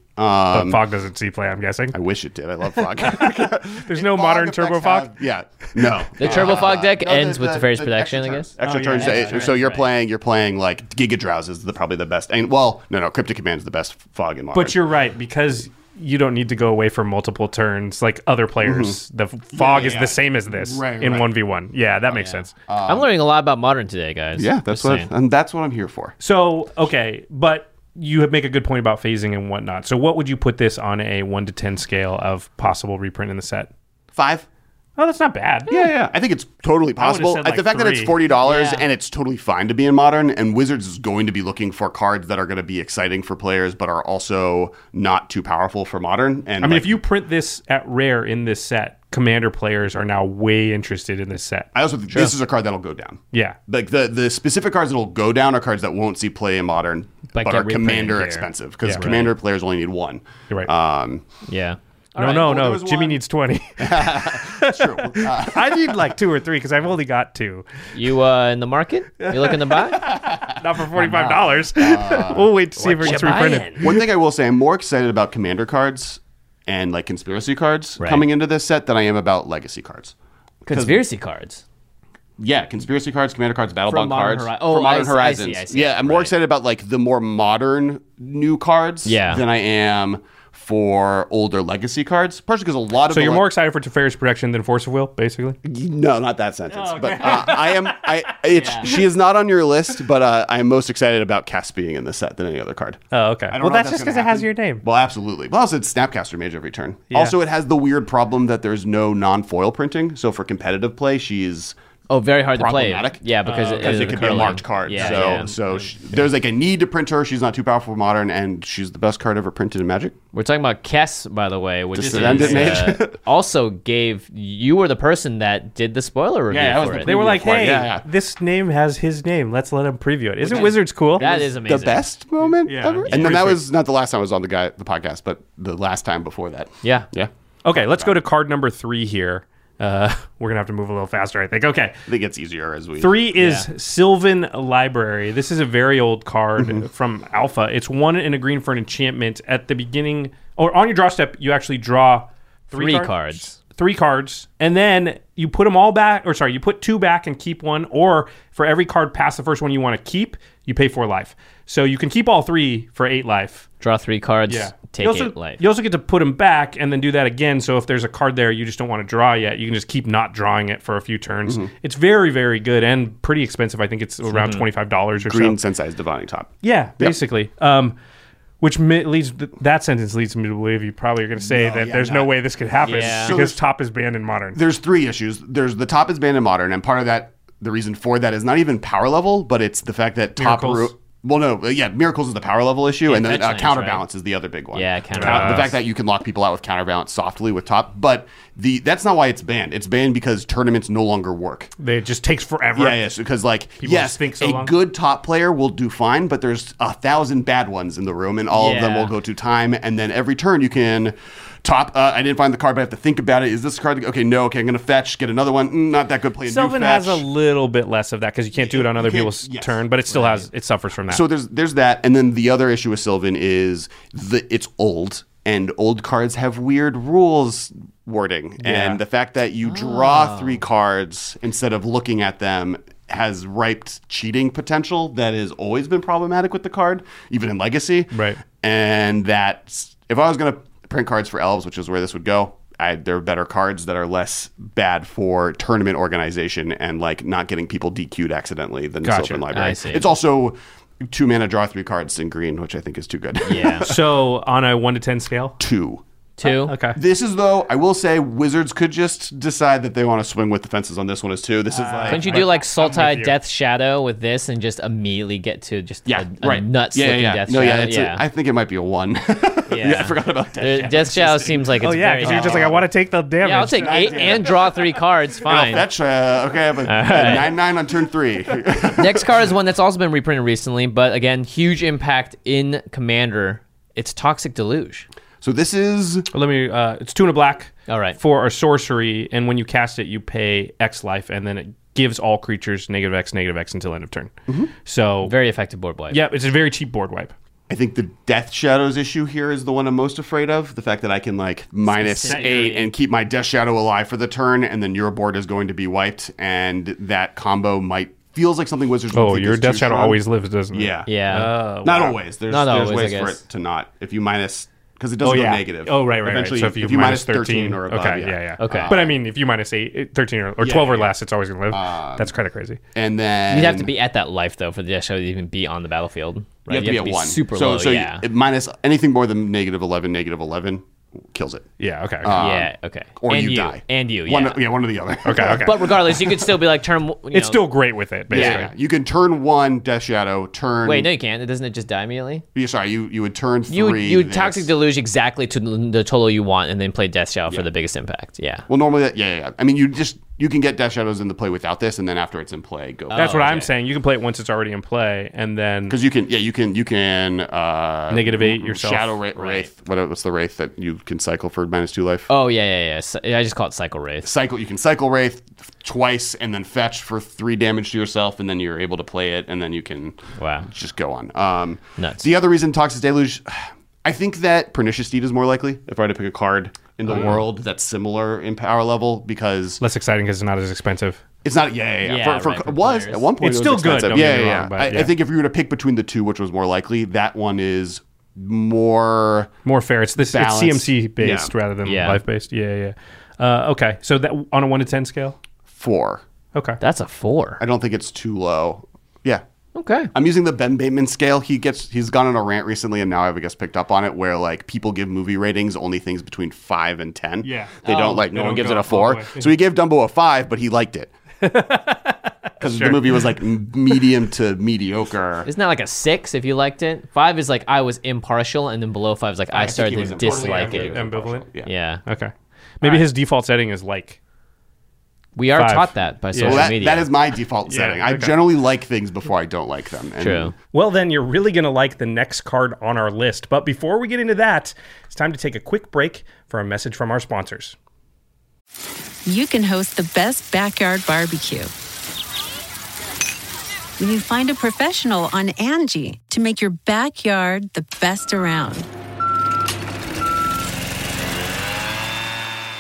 S2: But
S3: Um,
S2: Fog doesn't see play. I'm guessing.
S3: I wish it did. I love fog.
S2: There's no modern turbo fog.
S3: yeah. No.
S1: The Turbo Fog deck
S3: No,
S1: ends with the, Fairies Protection, I guess.
S3: extra turns. Extra
S2: Oh, yeah,
S3: turns.
S2: extra
S3: eh,
S2: turns,
S3: so you're
S2: right.
S3: playing. You're playing like Giga Drowse is the, probably the best. And well, no, no. Cryptic Command is the best fog in modern.
S2: But you're right because you don't need to go away for multiple turns like other players. The f- fog is
S3: Mm-hmm. yeah.
S2: the same as this
S3: Right,
S2: in
S3: right.
S2: one v one. Yeah,
S1: Oh,
S2: that makes sense.
S1: I'm learning a lot about modern today, guys.
S3: yeah, that's
S1: Just
S3: what
S1: saying.
S3: and that's what I'm here for.
S2: So okay, but you make a good point about phasing and whatnot. So what would you put this on a one to ten scale of possible reprint in the set?
S3: Five.
S2: Oh, that's not bad.
S3: Yeah, yeah. I think it's totally possible.
S2: said,
S3: Like, the
S2: like,
S3: fact that it's
S2: three.
S3: forty dollars
S1: Yeah.
S3: and it's totally fine to be in modern, and Wizards is going to be looking for cards that are going to be exciting for players, but are also not too powerful for modern. And
S2: I mean,
S3: like,
S2: if you print this at rare in this set, commander players are now way interested in this set.
S3: I also think this is a card that'll go down.
S2: Yeah.
S3: Like the the specific cards that'll go down are cards that won't see play in modern,
S1: But
S3: but,
S1: get
S3: are
S1: reprinted
S3: commander
S1: here.
S3: expensive because
S2: right.
S3: commander players only need one.
S2: You're right.
S3: Um,
S1: Yeah.
S2: no, no,
S3: well, there
S2: no.
S3: was
S2: Jimmy
S3: one-
S2: needs 20.
S3: that's true. Uh,
S2: I need like two or three because I've only got two.
S1: You uh, in the market? You looking to buy?
S2: Not for $45.
S3: Uh,
S2: we'll wait to see if it
S1: What
S2: gets
S1: you
S2: reprinted.
S1: buying?
S3: One thing I will say, I'm more excited about commander cards and like conspiracy cards
S1: Right.
S3: coming into this set than I am about legacy cards.
S1: Conspiracy cards.
S3: Yeah, conspiracy cards, commander cards, battle
S1: From
S3: bond
S1: Modern Hori-
S3: cards
S1: oh,
S3: for
S1: I
S3: modern
S1: see- I
S3: horizons.
S1: see, I see.
S3: yeah, I'm more
S1: Right.
S3: excited about like the more modern new cards
S1: Yeah.
S3: than I am for older legacy cards. Partially because a lot of
S2: So
S3: the
S2: you're
S3: le-
S2: more excited for Teferi's production than Force of Will, basically? Oh,
S3: no, not that sentence. But uh, I am. I it's, she is not on your list, but uh, I am most excited about Cass being in the set than any other card.
S2: Oh, okay.
S3: I don't
S2: Well,
S3: know if
S2: that's just
S3: gonna
S2: because it has
S3: happen.
S2: your name.
S3: Well, absolutely. Well, also it's Snapcaster Mage every turn. Also, it has the weird problem that there's no non-foil printing. So for competitive play, she's
S1: Oh, very hard to play.
S3: Problematic.
S1: Yeah, Oh, because
S3: because
S1: of the
S3: it could be a
S1: curling.
S3: marked card.
S1: Yeah,
S3: so
S1: yeah.
S3: so sh there's like a need to print her. She's not too powerful for modern, and she's the best card ever printed in Magic.
S1: We're talking about Kess, by the way, which
S3: Descendant
S1: is,
S3: Mage.
S1: uh, also gave you were the person that did the spoiler review
S3: Yeah, I was
S1: for
S3: the
S1: it.
S2: They were like,
S3: for it.
S2: hey,
S3: Yeah, yeah.
S2: this name has his name. Let's let him preview it. Isn't Wizards cool?
S1: that is amazing.
S3: The best moment
S2: Yeah.
S3: ever.
S2: Yeah.
S3: And then
S2: Pretty
S3: that
S2: sweet.
S3: was not the last time I was on the guy the podcast, but the last time before that.
S1: Yeah.
S3: Yeah.
S2: Okay, let's go to card number three here. Uh, we're going to have to move a little faster, I think. Okay.
S3: I think it's easier as we
S2: Three is Sylvan Library. This is a very old card from Alpha. It's one in a green for an enchantment. At the beginning, or on your draw step, you actually draw three,
S1: Three
S2: cards.
S1: cards.
S2: Three cards, and then you put them all back, or sorry, you put two back and keep one, or for every card past the first one you want to keep, you pay four life. So you can keep all three for eight life.
S1: Draw three cards. Take
S2: you also,
S1: it life.
S2: You also get to put them back and then do that again. So if there's a card there you just don't want to draw yet, you can just keep not drawing it for a few turns.
S3: Mm-hmm.
S2: It's very, very good and pretty expensive. I think it's around five dollars or
S3: green
S2: so.
S3: sensei's divining top.
S2: Yeah, basically. Um, which mi- leads that sentence leads me to believe you probably are going to say that there's no way this could happen
S1: Yeah.
S2: because top is banned in modern.
S3: There's three issues. There's the top is banned in modern, and part of that the reason for that is not even power level, but it's the fact that top
S2: Miracles.
S3: ru- well, no, uh, yeah, miracles is the power level issue, and then
S1: fetch
S3: uh,
S1: lands,
S3: counterbalance is the other big one.
S1: Yeah,
S3: Count-
S1: counterbalance.
S3: The fact that you can lock people out with counterbalance softly with top, but the that's not why it's banned. It's banned because tournaments no longer work.
S2: They- it just takes forever.
S3: Yeah, yes, because like yes,
S2: just think so
S3: a
S2: long.
S3: good top player will do fine, but there's a thousand bad ones in the room, and all of them
S1: Yeah.
S3: will go to time, and then every turn you can top. Uh, I didn't find the card, but I have to think about it. Is this card okay? No, okay, I'm gonna fetch, get another one. Mm, not that good. Play a new
S2: Sylvan has a
S3: fetch.
S2: little bit less of that because you can't do it on other
S3: can't-
S2: people's
S3: yes.
S2: turn, but it still has it suffers from that.
S3: So there's there's that, and then the other issue with Sylvan is the it's old, and old cards have weird rules wording, and the fact that you draw
S2: Ah.
S3: three cards instead of looking at them has riped cheating potential that has always been problematic with the card, even in Legacy.
S2: Right.
S3: And that if I was gonna print cards for elves, which is where this would go. I, there are better cards that are less bad for tournament organization and like not getting people DQ'd accidentally than
S2: Gotcha.
S3: the Sylvan Library.
S1: I see.
S3: It's also two mana draw three cards in green, which I think is too good.
S1: Yeah.
S2: So on a one to ten scale.
S3: two.
S1: Two.
S2: Okay.
S3: This is though I will say Wizards could just decide that they want to swing with the fences on this one as two. This is like
S1: Uh, Couldn't you do like
S2: you.
S1: Sultai Death Shadow with this and just immediately get to just
S3: yeah,
S1: a,
S3: right.
S1: nut
S3: yeah,
S1: slicking
S3: yeah, yeah.
S1: Death
S3: no,
S1: Shadow?
S3: yeah, it's a- I think it might be a one. yeah. I forgot about that.
S1: The Uh, Death Shadow seems like it's
S2: Oh yeah,
S1: very
S2: because you're just like I want to take the damage.
S1: Yeah, I'll take eight and draw three cards.
S3: I'll
S1: Fine.
S3: fetch, uh, okay, but uh, nine nine on turn three.
S1: Next card is one that's also been reprinted recently, but again, huge impact in Commander. It's Toxic Deluge.
S3: so this is
S2: Let me. Uh, it's two and a black.
S1: All right.
S2: For a sorcery, and when you cast it, you pay X life, and then it gives all creatures negative X, negative X until end of turn. So,
S1: Very effective board wipe.
S2: yeah, it's a very cheap board wipe.
S3: I think the Death Shadows issue here is the one I'm most afraid of. The fact that I can like minus
S1: Specifically.
S3: eight and keep my Death Shadow alive for the turn, and then your board is going to be wiped, and that combo might feels like something Wizards. would
S2: Oh,
S3: think
S2: your
S3: is
S2: Death
S3: too
S2: Shadow
S3: strong.
S2: always lives, doesn't it?
S3: Yeah.
S1: Yeah.
S2: Oh,
S3: Not
S2: wow.
S3: always. There's,
S1: Not
S3: there's
S1: always, I
S3: ways for
S1: guess.
S3: it to not. If you minus, because it doesn't
S2: Oh
S3: go
S2: yeah.
S3: negative.
S2: Oh right, right,
S3: Eventually,
S2: right. So if you, minus
S3: 13,
S2: 13
S3: or above,
S2: okay, yeah, yeah.
S1: Okay.
S2: but I mean, if you minus eight, it- 13 or, or 12 or less, it's always gonna live. That's kind of crazy.
S3: Um, and then
S1: You'd have to be at that life though for the Death Shadow to even be on the battlefield.
S3: You
S1: Right?
S3: have to be at one.
S1: super
S3: so,
S1: low.
S3: So you-
S1: yeah.
S3: it- minus anything more than negative eleven, negative eleven kills it.
S2: Yeah. Okay. okay.
S1: yeah. Okay.
S3: uh, Or
S1: and
S3: you, die.
S1: And you. Yeah.
S3: One, yeah, one or the other.
S2: okay. Okay.
S1: But regardless, you could still be like turn. You know,
S2: it's still great with it, basically.
S3: Yeah, you can turn one Death Shadow. Turn.
S1: Wait, no, you can't. Doesn't it just die immediately?
S3: Yeah, sorry, you you would turn three.
S1: You would, you would
S3: this.
S1: toxic deluge exactly to the the total you want, and then play Death Shadow for the biggest impact. Yeah.
S3: Well, normally that. Yeah, yeah, yeah. I mean, you just you can get Death Shadows into play without this, and then after it's in play, go.
S1: Oh.
S2: That's what I'm saying. You can play it once it's already in play, and then
S3: because you can, yeah, you can, you can uh,
S2: Negative eight yourself.
S3: Shadow Wra- Wraith. What, what's the Wraith that you can cycle for minus two life?
S1: Oh yeah, yeah, yeah. So- I just call it Cycle Wraith.
S3: cycle. You can cycle Wraith twice, and then fetch for three damage to yourself, and then you're able to play it, and then you can
S1: Wow.
S3: just go on. Um,
S1: Nuts.
S3: The other reason Toxic Deluge, I think that Pernicious Deed is more likely if I were to pick a card in
S2: Oh,
S3: the world that's similar in power level because
S2: less exciting because it's not as expensive.
S3: It's not. Yeah, yeah. yeah.
S1: Yeah,
S3: for, for,
S1: right, for
S3: it was
S1: players.
S3: at one point.
S2: It's
S3: it was
S2: still good,
S3: expensive.
S2: don't
S3: yeah,
S2: get me
S3: yeah,
S2: wrong,
S3: yeah.
S2: but
S3: I,
S2: yeah.
S3: I think if you were to pick between the two, which was more likely, that one is more.
S2: More fair. It's this.
S3: Balance.
S2: It's CMC based
S3: Yeah.
S2: rather than
S1: Yeah.
S2: life based. Yeah. Yeah. Uh, okay. So that on a one to ten scale.
S3: four.
S2: Okay.
S1: That's a four.
S3: I don't think it's too low. Yeah.
S1: Okay.
S3: I'm using the Ben Bateman scale. He gets he's gone on a rant recently, and now I've I guess picked up on it where like people give movie ratings only things between five and ten.
S2: Yeah.
S3: they
S2: Oh.
S3: don't like
S2: They
S3: no one
S2: don't
S3: gives
S2: go
S3: it a
S2: up all the
S3: four.
S2: way.
S3: So he gave Dumbo a five, but he liked it because the movie was like m- medium to mediocre.
S1: Isn't that like a six if you liked it? Five is like I was impartial, and then below five is like I,
S3: think
S1: started
S3: he was
S1: to
S3: impartial.
S1: dislike
S3: Yeah,
S1: it. Um,
S3: yeah.
S2: Ambivalent.
S3: Yeah.
S1: Yeah.
S2: Okay. Maybe his default setting is like.
S1: We are
S2: Five.
S1: taught that by social
S3: Well, that,
S1: media.
S3: that is my default
S2: Yeah,
S3: setting. I
S2: okay.
S3: generally like things before I don't like them. And
S1: true.
S2: Well, then you're really going to like the next card on our list. But before we get into that, it's time to take a quick break for a message from our sponsors.
S5: you can host the best backyard barbecue. When you find a professional on Angie to make your backyard the best around.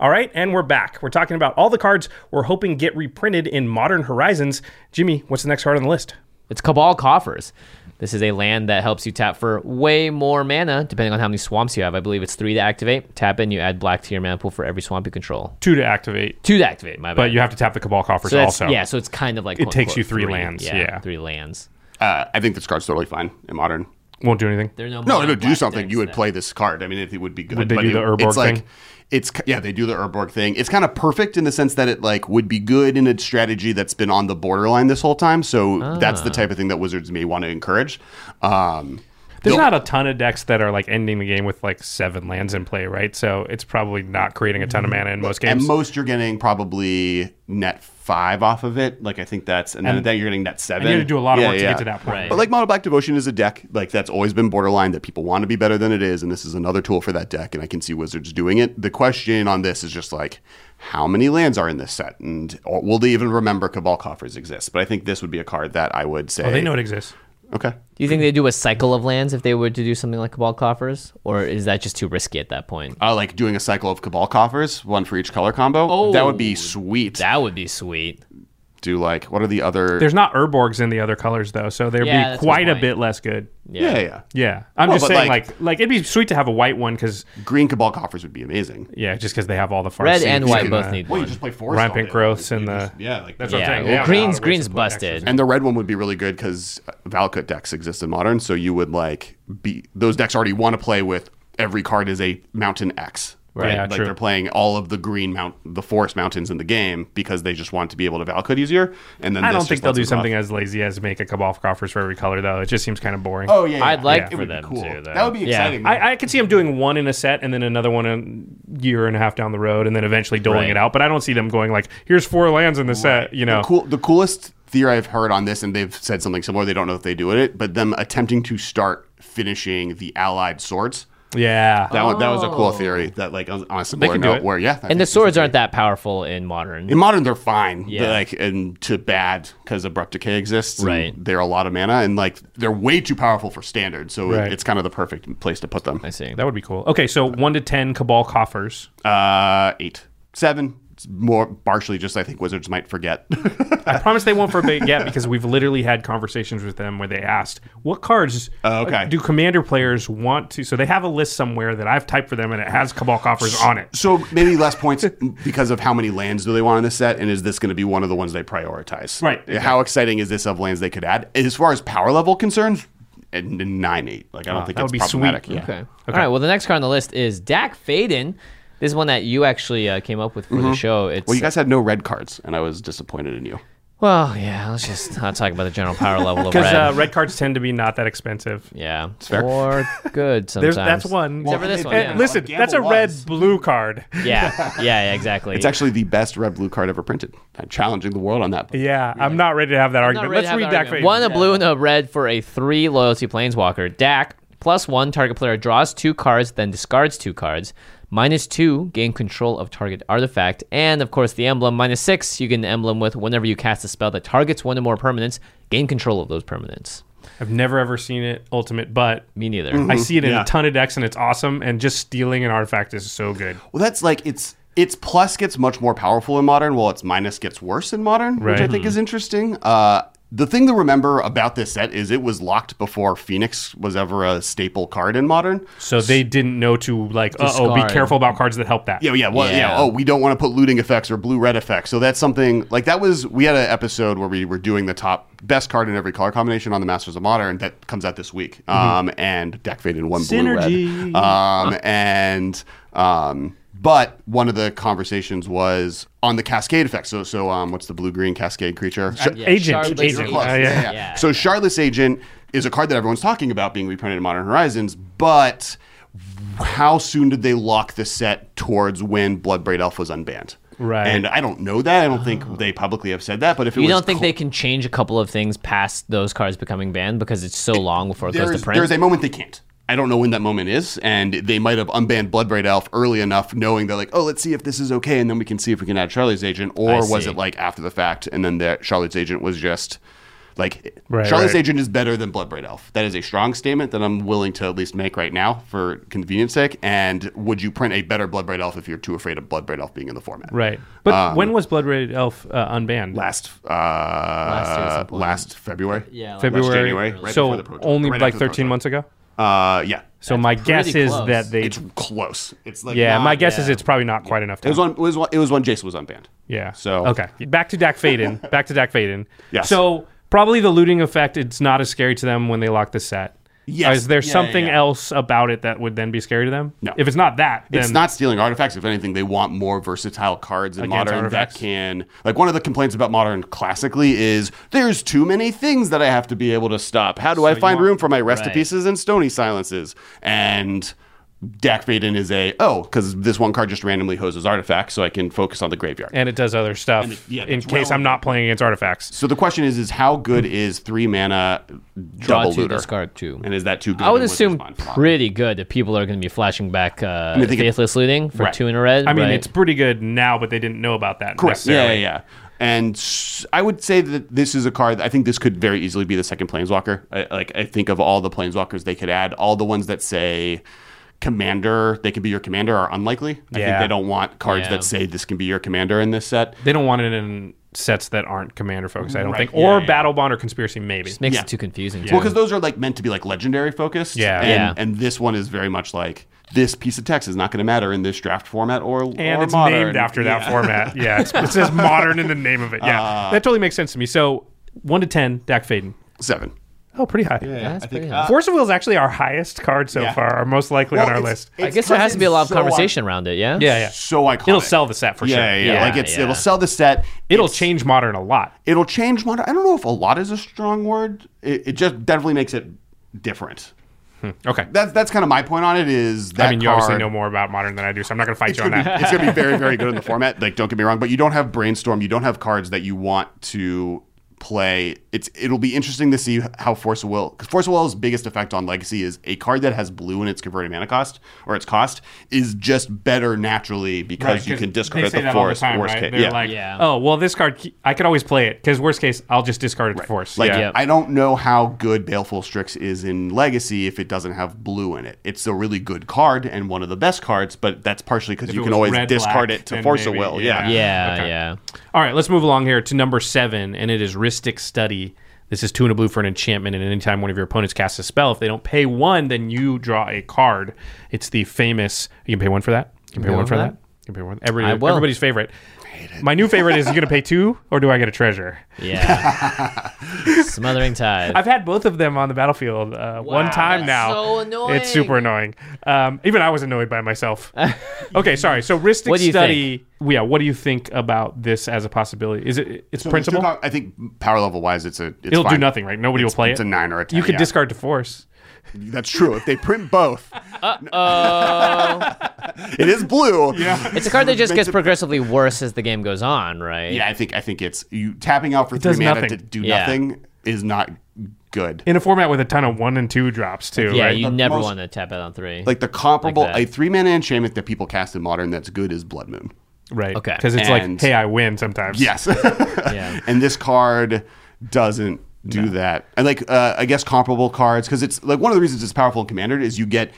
S2: All right, and we're back. We're talking about all the cards we're hoping get reprinted in Modern Horizons. Jimmy, what's the next card on the list?
S1: It's Cabal Coffers. This is a land that helps you tap for way more mana, depending on how many swamps you have. I believe it's three to activate. Tap in, you add black to your mana pool for every swamp you control.
S2: Two to activate,
S1: Two to activate, my bad.
S2: but you have to tap the Cabal Coffers
S1: so that's-
S2: also.
S1: Yeah, so it's kind of like
S2: It
S1: quote,
S2: takes you
S1: unquote,
S2: three lands, yeah.
S1: three lands.
S3: Uh, I think this card's totally fine in modern.
S2: won't do anything.
S1: There are no
S3: No,
S1: more
S3: it would do
S1: black
S3: something.
S1: decks
S3: You would
S1: that-
S3: play this card. I mean, if it would be good.
S2: Would they do
S3: it-
S2: the Urborg
S3: it's like,
S2: thing?
S3: It's yeah, they do the Urborg thing. It's kind of perfect in the sense that it like would be good in a strategy that's been on the borderline this whole time. So that's
S2: Ah.
S3: the type of thing that Wizards may want to encourage. Um,
S2: There's
S3: They'll-
S2: not a ton of decks that are like ending the game with like seven lands in play, right? So it's probably not creating a ton of mana in most
S3: at
S2: games.
S3: most, you're getting probably net five off of it. Like I think that's, and, then, then you're getting net seven.
S2: and you have to do a lot of
S3: Yeah,
S2: work to
S3: yeah.
S2: get to that point.
S1: Right.
S3: But like Mono Black Devotion is a deck like that's always been borderline that people want to be better than it is, and this is another tool for that deck, and I can see Wizards doing it. The question on this is just like how many lands are in this set, and or will they even remember Cabal Coffers exist? But I think this would be a card that I would say.
S2: Oh, they know it exists.
S3: Okay,
S1: Do you think they do a cycle of lands if they were to do something like Cabal Coffers, or is that just too risky at that point?
S3: uh, like doing a cycle of Cabal Coffers, one for each color combo.
S1: Oh,
S3: that would be sweet.
S1: That would be sweet.
S3: Do like what are the other?
S2: There's not Urborgs in the other colors though, so there'd
S1: Yeah, that's a good
S2: be quite a
S1: point.
S2: bit less good.
S3: yeah, yeah, yeah.
S2: Yeah, I'm
S3: Well,
S2: just
S3: but,
S2: saying
S3: like-
S2: like, like it'd be sweet to have a white one because
S3: Green Cabal Coffers would be amazing.
S2: yeah, just because they have all the far
S1: Red
S2: seeds
S1: and white
S2: the-
S1: both need
S3: Well, you
S1: one.
S3: just play forest. all
S2: rampant
S3: day.
S2: growths
S3: Like,
S2: and
S3: you
S2: the
S3: just- yeah, like
S2: That's
S3: yeah.
S2: what I'm
S1: Yeah,
S2: saying.
S1: well,
S2: Yeah,
S1: green's
S2: I'll wait
S1: green's
S2: to play extras.
S1: busted.
S3: And the red one would be really good because Valakut decks exist in modern, so you would like be those decks already want to play with every card is a mountain X. Right.
S2: Yeah,
S3: like
S2: true.
S3: they're playing all of the green mount the forest mountains in the game because they just want to be able to Valakut easier. And then
S2: I
S3: this
S2: don't
S3: just
S2: think they'll
S3: lets
S2: do
S3: us off.
S2: something as lazy as make a cabal of coffers for every color though. It just seems kind of boring.
S3: Oh yeah, yeah,
S1: I'd
S3: yeah.
S1: like
S3: It
S1: for
S3: would be
S1: them
S3: cool.
S1: to, though.
S3: That would be
S1: Yeah.
S3: exciting.
S2: I, I could see them doing one in a set and then another one a year and a half down the road and then eventually doling
S1: Right.
S2: it out. But I don't see them going like, here's four lands in the set, you know.
S3: The, cool, the coolest theory I've heard on this, and they've said something similar. They don't know if they do it, but them attempting to start finishing the allied swords.
S2: Yeah.
S3: That one, that was a cool theory. That like on on a similar
S2: Oh. can do
S3: note,
S2: it.
S3: where yeah, I
S1: And the
S3: think-
S1: swords aren't that powerful in modern.
S3: in modern they're fine. They're,
S1: Yeah.
S3: like and to bad because abrupt decay exists. and
S1: Right.
S3: they're a lot of mana and like they're way too powerful for standard. So it-
S2: Right.
S3: it's kind of the perfect place to put them.
S1: I see.
S2: that would be cool. Okay, so one to ten cabal coffers.
S3: Uh, eight, seven. It's more partially just I think wizards might forget.
S2: I promise they won't forbid yet because we've literally had conversations with them where they asked, "What cards
S3: Oh, okay.
S2: uh, do commander players want to?" So they have a list somewhere that I've typed for them and it has cabal coffers on it.
S3: so maybe less points because of how many lands do they want in this set, and is this going to be one of the ones they prioritize?
S2: Right,
S3: How exciting is this of lands they could add? As far as power level concerns, and and nine eight. Like I don't think
S2: that
S3: it's
S2: would be sweet.
S3: problematic. Yeah.
S1: Okay. All right. Well, the next card on the list is Dak Faden. This is one that you actually uh, came up with for the show. It's
S3: Mm-hmm. Well, you guys had no red cards, and I was disappointed in you.
S1: well, yeah. Let's just not talk about the general power level of
S2: Because
S1: red.
S2: uh, red cards tend to be not that expensive.
S1: yeah, or good sometimes.
S2: There's that's one.
S1: Except for this one.
S2: And
S1: yeah.
S2: listen,
S3: Gamble
S2: that's a
S3: was.
S2: red blue card.
S1: Yeah, yeah, yeah, exactly.
S3: It's actually the best red blue card ever printed. I'm challenging the world on that.
S2: Yeah, I'm not ready to have that
S1: Not
S2: argument.
S1: ready to
S2: Let's
S1: have
S2: read
S1: that
S2: back
S1: argument.
S2: for
S1: One, a blue and a red for a three loyalty planeswalker. Dak, plus one, target player draws two cards, then discards two cards. Minus two, gain control of target artifact. And of course, the emblem, minus six, you get an emblem with whenever you cast a spell that targets one or more permanents, gain control of those permanents.
S2: I've never ever seen it ultimate, but
S1: Me neither.
S3: Mm-hmm.
S2: I see it in
S3: Yeah.
S2: a ton of decks and it's awesome. And just stealing an artifact is so good.
S3: Well, that's like it's its plus gets much more powerful in modern, while its minus gets worse in modern, which I
S2: Right.
S3: think is interesting. Uh, the thing to remember about this set is it was locked before Phoenix was ever a staple card in modern.
S2: So they didn't know to like, uh oh, be
S1: Discard.
S2: careful about cards that help that.
S3: Yeah, yeah, well, yeah.
S1: Yeah.
S3: Oh, we don't want to put looting effects or blue red effects. So that's something like that was. We had an episode where we were doing the top best card in every color combination on the Masters of Modern that comes out this week. Um, and Dak Faded one blue red.
S2: Synergy.
S3: Um, and um, but one of the conversations was on the cascade effect. So so um, what's the blue green cascade creature? Sh-
S1: Yeah,
S2: Agent,
S1: Shardless
S2: agent.
S3: Close.
S2: Uh,
S3: Yeah,
S2: yeah.
S3: yeah, yeah. So Shardless Agent is a card that everyone's talking about being reprinted in Modern Horizons, but how soon did they lock the set towards when Bloodbraid Elf was unbanned?
S2: Right.
S3: And I don't know that. I don't think they publicly have said that. But if it
S1: You
S3: was
S1: don't think
S3: cl-
S1: they can change a couple of things past those cards becoming banned because it's so long before it goes to
S3: there's,
S1: print?
S3: there's a moment they can't. I don't know when that moment is, and they might have unbanned Bloodbraid Elf early enough, knowing they're like, oh, let's see if this is okay, and then we can see if we can add Charlie's Agent, or was
S1: see.
S3: it like after the fact, and then the Charlie's Agent was just like
S2: Right,
S3: Charlie's
S2: right.
S3: Agent is better than Bloodbraid Elf. That is a strong statement that I'm willing to at least make right now for convenience sake. And would you print a better Bloodbraid Elf if you're too afraid of Bloodbraid Elf being in the format?
S2: Right. Um, But when was Blood Red Elf uh, unbanned?
S3: Last uh,
S1: year at some
S3: last,
S1: point.
S3: February.
S1: Yeah, like-
S2: February.
S3: Last January. Right
S2: so
S3: before the Pro Tour.
S2: only
S3: Right
S2: like
S3: after the Pro
S2: 13
S3: Tour.
S2: months ago.
S3: Uh, yeah.
S2: So my guess
S1: pretty
S2: is
S1: close.
S2: that they.
S3: It's close. It's like
S2: yeah,
S3: not-
S2: my guess is
S1: yeah.
S2: it's probably not quite enough
S3: It
S2: time.
S3: was when it was when, it was when Jason was unbanned.
S2: Yeah.
S3: So
S2: okay, back to Dak Faden. back to Dak Faden.
S3: Yes.
S2: So probably the looting effect. It's not as scary to them when they lock the set.
S3: Yes.
S2: Is there
S3: Yeah,
S2: something
S3: yeah, yeah.
S2: else about it that would then be scary to them?
S3: No.
S2: If it's not that, then
S3: It's not stealing artifacts. If anything, they want more versatile cards in
S2: Against
S3: modern
S2: artifacts.
S3: that can like one of the complaints about modern classically is there's too many things that I have to be able to stop. How do I find room for my rest of
S1: Right.
S3: pieces and stony silences? And Dak Faden is a oh because this one card just randomly hoses artifacts, so I can focus on the graveyard.
S2: And it does other stuff
S3: yeah,
S2: in
S3: that's
S2: case I'm
S3: relevant.
S2: not playing against artifacts.
S3: so the question is: is how good is three mana
S1: Draw
S3: double
S1: two,
S3: looter?
S1: discard two.
S3: And is that too good?
S1: I would
S3: in Wizards
S1: assume
S3: Mind Flop?
S1: pretty good if people are going to be flashing back uh,
S3: mean, they get-
S1: faithless looting for
S3: Right.
S1: two in a red.
S2: I mean,
S1: right?
S2: it's pretty good now, but they didn't know about that.
S3: Correct. Yeah,
S2: necessarily.
S3: yeah, yeah. And s- I would say that this is a card. I think this could very easily be the second Planeswalker. I, like I think of all the Planeswalkers they could add, all the ones that say commander, they could be your commander are unlikely. I
S2: Yeah.
S3: think they don't want cards
S1: Yeah.
S3: that say this can be your commander in this set.
S2: They don't want it in sets that aren't commander focused. I don't think,
S3: yeah,
S2: or
S3: yeah.
S2: battle bond or conspiracy maybe.
S1: makes
S3: yeah.
S1: it too confusing.
S3: Well,
S1: too.
S3: because those are like meant to be like legendary focused.
S2: Yeah.
S3: And,
S1: Yeah.
S3: and this one is very much like this piece of text is not going to matter in this draft format or
S2: and
S3: or
S2: it's
S3: modern.
S2: named after that format. Yeah, it's, it says modern in the name of it. Yeah,
S3: Ah.
S2: that totally makes sense to me. So one to ten, Dak Faden.
S3: seven.
S2: Oh, pretty high.
S1: That's pretty high.
S2: Force of Will is actually our highest card so
S3: Yeah.
S2: far, our most likely on our list.
S1: I guess there has to be a lot of conversation around it. Yeah.
S2: Yeah, yeah.
S3: So iconic.
S2: It'll sell the set for
S3: yeah,
S2: sure.
S3: Yeah, yeah.
S1: Yeah,
S3: like it's
S1: yeah.
S3: it'll sell the set.
S2: It'll
S3: It's-
S2: change modern a lot.
S3: it'll change modern. I don't know if a lot is a strong word. It, it just definitely makes it different.
S2: Okay.
S3: That's that's kind of my point on it. Is that
S2: I mean, you
S3: card,
S2: obviously know more about modern than I do, so I'm not going to fight
S3: It's
S2: you on
S3: gonna, be,
S2: that.
S3: it's gonna be very very good in the format. Like, don't get me wrong, but you don't have brainstorm. You don't have cards that you want to play. It's it'll be interesting to see how Force of Will because Force of Will's biggest effect on Legacy is a card that has blue in its converted mana cost or its cost is just better naturally because you can discard
S2: they
S3: it
S2: say
S3: the
S2: that all
S3: force
S2: time,
S3: worst
S2: right?
S3: case.
S2: They're
S3: yeah.
S2: like,
S1: Yeah.
S2: oh, well, this card, I could always play it because worst case, I'll just discard it to force.
S3: Like
S2: yeah.
S1: Yep.
S3: I don't know how good Baleful Strix is in Legacy if it doesn't have blue in it. It's a really good card and one of the best cards, but that's partially because
S2: it
S3: you can
S2: was
S3: always
S2: red,
S3: discard
S2: black,
S3: it to
S2: then
S3: force
S2: maybe,
S3: a will.
S2: yeah.
S3: Yeah.
S1: Yeah.
S2: Okay.
S1: yeah.
S2: All right, let's move along here to number seven, and it is Ristic Study. This is two and a blue for an enchantment, and anytime one of your opponents casts a spell, if they don't pay one, then you draw a card. It's the famous. You can pay one for that. You can pay one for that. You can pay one. Every,
S1: I will.
S2: everybody's favorite. My new favorite is you going to pay two, or do I get a treasure?
S1: Yeah. Smothering tide.
S2: I've had both of them on the battlefield uh, one time
S1: that's
S2: now.
S1: so annoying.
S2: It's super annoying. Um, even I was annoyed by myself. okay, sorry. So Ristic
S1: What do you
S2: Study. Yeah, what do you think about this as a possibility? Is it it's
S3: So there's two
S2: principle?
S3: co- I think power level wise, it's a. It's
S2: It'll do
S3: fine.
S2: nothing, right? Nobody
S3: It's-
S2: will play
S3: it's
S2: it.
S3: a nine or a
S2: You
S3: 10,
S2: could
S3: yeah.
S2: discard to force.
S3: That's true. If they print both, it is blue. Yeah.
S1: it's a card that just
S3: Makes
S1: gets
S3: it-
S1: progressively worse as the game goes on, right?
S3: Yeah, I think I think it's you tapping out for three
S2: does
S3: mana
S2: nothing.
S3: to do
S1: Yeah.
S3: nothing is not good.
S2: In a format with a ton of one and two drops too,
S1: Yeah,
S2: right?
S1: you never
S3: most-
S1: want to tap out on three.
S3: Like the comparable,
S1: Like that.
S3: a three mana enchantment that people cast in modern that's good is Blood Moon.
S2: right.
S1: Okay.
S2: Because it's like,
S3: And-
S2: hey, I win sometimes.
S3: Yes.
S1: Yeah.
S3: and this card doesn't do that. And like uh, I guess comparable cards because it's like one of the reasons it's powerful in Commander is you get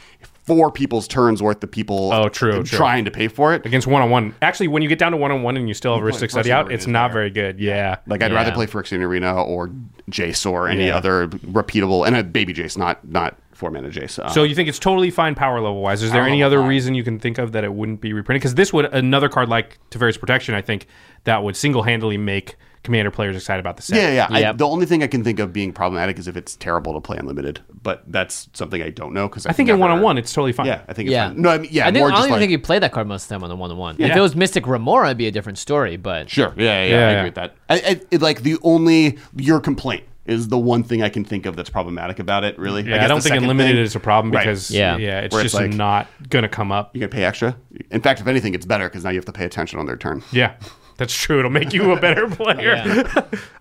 S3: four people's turns worth of people
S2: Oh, true, true.
S3: trying to pay for it.
S2: Against one on one. Actually, when you get down to one on one and you still have
S3: play
S2: Ristic
S3: first
S2: Study
S3: in the
S2: out,
S3: arena
S2: it's
S3: is
S2: not
S3: better.
S2: very good. Yeah.
S3: Like I'd rather
S1: Yeah.
S3: play Phyrexian Arena or Jace or any
S2: Yeah.
S3: other repeatable and a baby Jace, not not four mana Jace. Um,
S2: So you think it's totally fine power level wise? Is there
S3: Power
S2: any
S3: level
S2: other
S3: wise.
S2: reason you can think of that it wouldn't be reprinted? Because this would another card like Teferi's Protection, I think, that would single handedly make commander players excited about the set.
S3: yeah, yeah. I-
S1: Yep.
S3: the only thing I can think of being problematic is if it's terrible to play unlimited, but that's something I don't know because I,
S2: I think in
S3: never-
S2: one on one it's totally fine.
S3: Yeah, I think it's
S1: yeah.
S3: fine. No, I mean, yeah,
S1: I, think,
S3: more
S1: I don't
S3: just
S1: even
S3: like,
S1: think you play that card most of the time on the one on one. If
S2: Yeah.
S1: it was Mystic Remora, it'd be a different story, but
S3: Sure. Yeah,
S2: Yeah,
S3: yeah, I
S2: yeah.
S3: agree with that. I, I, it, like the only your complaint. is the one thing I can think of that's problematic about it. Really,
S2: Yeah, I,
S3: guess
S2: don't
S3: the
S2: think
S3: second
S2: unlimited
S3: thing-
S2: is a problem
S3: Right.
S2: because
S1: Yeah.
S2: yeah, it's
S3: Where it's
S2: just
S3: like-
S2: not going to come up.
S3: you can pay extra. In fact, if anything, it's better because now you have to pay attention on their turn.
S2: Yeah, that's true. It'll make you a better player.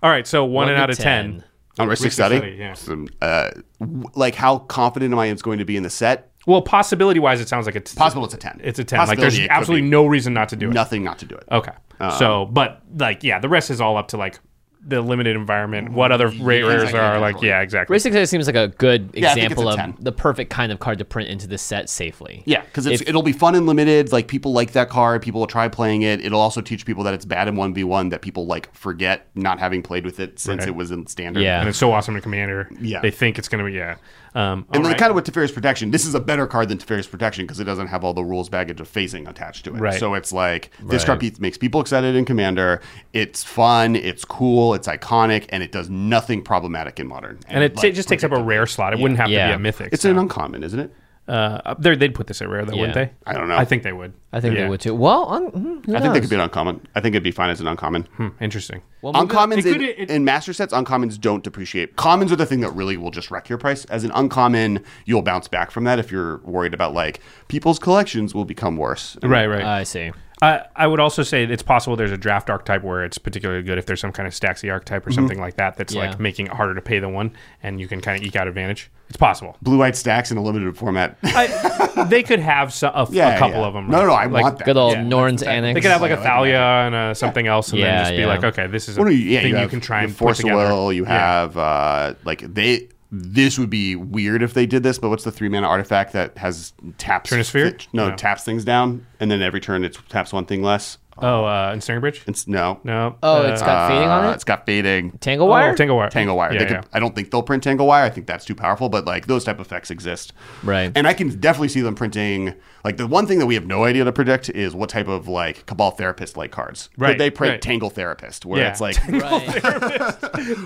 S2: All right, so one,
S1: One
S2: and
S1: to
S2: out of ten.
S1: 10.
S3: On risk
S2: Risk
S3: study,
S2: study, yeah.
S3: So, uh, w- like how confident am I it's going to be in the set?
S2: Well, possibility wise, it sounds like it's
S3: Possible, it's a ten.
S2: It's a ten. Like there's
S3: Possibility, it could
S2: absolutely
S3: be
S2: no reason not to do it. Oh.
S3: nothing Um, not to do it.
S2: Okay. so, but like, yeah, the rest is all up to like the limited environment. What other rate rares
S3: exactly,
S2: are like?
S3: definitely.
S2: Yeah, exactly.
S1: Race Success seems like a good
S3: Yeah, I think
S1: example
S3: it's a
S1: of
S3: 10.
S1: the perfect kind of card to print into the set safely.
S3: Yeah, because it'll be fun and limited. Like people like that card. People will try playing it. It'll also teach people that it's bad in one v one that people like forget not having played with it since
S2: Right.
S3: it was in standard.
S1: Yeah.
S2: and it's so awesome in Commander.
S3: Yeah.
S2: they think it's gonna be yeah. Um,
S3: And then
S2: alright.
S3: kind of with Teferi's Protection, this is a better card than Teferi's Protection because it doesn't have all the rules baggage of phasing attached to it.
S2: Right.
S3: So it's like this card pe- makes people excited in Commander. It's fun, it's cool, it's iconic, and it does nothing problematic in Modern.
S2: and it ta-
S3: like,
S2: just takes up a rare slot. It wouldn't have
S1: Yeah.
S2: to be a mythic.
S3: It's
S2: so.
S3: an uncommon, isn't it?
S2: uh, up there they'd put this at rare though, wouldn't
S1: Yeah.
S2: they?
S3: I don't know.
S2: I think they would.
S1: I think
S2: Yeah.
S1: they would too. Well, un- hmm, who
S3: I think they
S1: knows?
S3: could be an uncommon. I think it'd be fine as an uncommon.
S2: Hmm, Interesting.
S1: Well, maybe-
S3: Uncommons
S2: it could-
S3: in,
S2: it-
S3: in master sets, uncommons don't depreciate. Commons are the thing that really will just wreck your price. As an uncommon, you'll bounce back from that if you're worried about like people's collections will become worse.
S2: Right, right.
S1: I see.
S2: I, I would also say it's possible there's a draft archetype where it's particularly good if there's some kind of Staxy archetype
S3: Mm-hmm.
S2: or something like that that's
S1: Yeah.
S2: like making it harder to pay the one, and you can kind of eke out advantage. It's possible.
S3: Blue white stacks in a limited format.
S2: I, they could have so, a, f- a
S3: Yeah,
S2: couple
S3: yeah.
S2: of them.
S3: No, no, I want that.
S1: Good old
S2: Yeah.
S1: Norns Annex.
S2: They could have like a Thalia and uh, something else, and
S1: Yeah,
S2: then just be
S1: yeah.
S2: like, okay, this is a
S3: What do you, yeah,
S2: thing
S3: you,
S2: you,
S3: have
S2: can try
S3: your
S2: and
S3: force
S2: put together.
S3: of will. You
S2: Yeah.
S3: have uh, like they. This would be weird if they did this, but what's the three mana artifact that has taps?
S2: Turnisphere?
S3: no,
S2: No.
S3: taps things down, and then every turn it taps one thing less.
S2: Oh, uh, Ensnaring Bridge?
S3: It's no,
S2: No.
S1: Oh,
S2: uh,
S1: it's got fading
S3: Uh,
S1: on
S3: it's
S1: it.
S3: got fading.
S1: Tangle
S2: oh,
S1: wire.
S2: Tangle Wire.
S3: Tangle wire.
S2: Yeah,
S3: they could,
S2: yeah.
S3: I don't think they'll print Tangle wire. I think that's too powerful, but like those type of effects exist.
S1: Right.
S3: And I can definitely see them printing like the one thing that we have no idea to predict is what type of like Cabal therapist like cards. Could
S2: Right,
S3: they print
S2: right.
S3: Tangle therapist where
S2: Yeah.
S3: it's like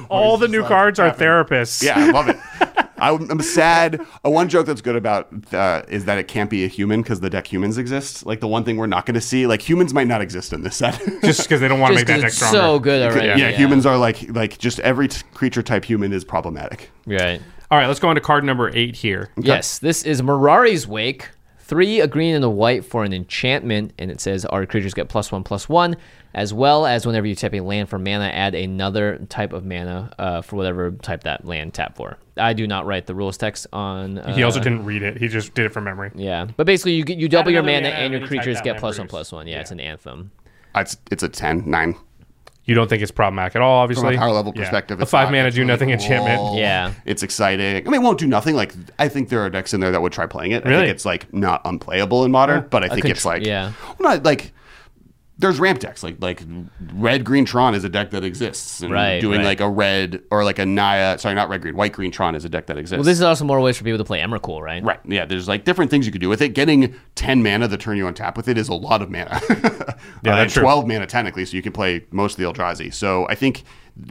S2: All the new cards are therapists.
S3: yeah, I love it. I'm, I'm sad. Uh, one joke that's good about uh, is that it can't be a human because the deck humans exist. Like the one thing we're not going to see, like humans might not exist in this set.
S2: Just because they don't want to
S1: Just 'cause
S2: make that deck
S1: it's
S2: stronger.
S1: so good already.
S3: yeah, humans are like like just every t- creature type human is problematic.
S1: Right.
S2: All right, let's go on to card number eight here.
S1: Yes, this is Mirari's Wake. Three, a green and a white for an enchantment, and it says our creatures get plus one, plus one, as well as whenever you tap a land for mana, add another type of mana uh, for whatever type that land tap for. I do not write the rules text on. Uh,
S2: He also didn't read it. He just did it from memory.
S1: Yeah, but basically you get- you double your
S2: another
S1: mana
S2: mana
S1: and your
S2: and you type
S1: creatures
S2: out
S1: get
S2: land
S1: plus one,
S2: produce.
S1: plus one. Yeah, it's an anthem.
S3: It's it's a 10, 9.
S2: You don't think it's problematic at all, obviously.
S3: From a power level
S2: Yeah.
S3: perspective,
S2: a
S3: it's
S2: five
S3: not-
S2: mana
S3: it's
S2: do
S3: really
S2: nothing enchantment.
S3: cool.
S1: Yeah.
S3: It's exciting. I mean, it won't do nothing. Like, I think there are decks in there that would try playing it. I
S2: Really?
S3: think it's like not unplayable in modern, but I think it's
S1: contr-
S3: like,
S1: yeah.
S3: well, not like. There's ramp decks like like red green Tron is a deck that exists. And
S1: Right,
S3: Doing
S1: right.
S3: like a red or like a Naya, sorry, not red green, white green Tron is a deck that exists.
S1: Well, this is also more ways for people to play Emrakul, right?
S3: right. Yeah. There's like different things you could do with it. Getting 10 mana the turn you on tap with it is a lot of mana.
S2: Yeah,
S3: Uh,
S2: that's true.
S3: 12 mana technically, so you can play most of the Eldrazi. So I think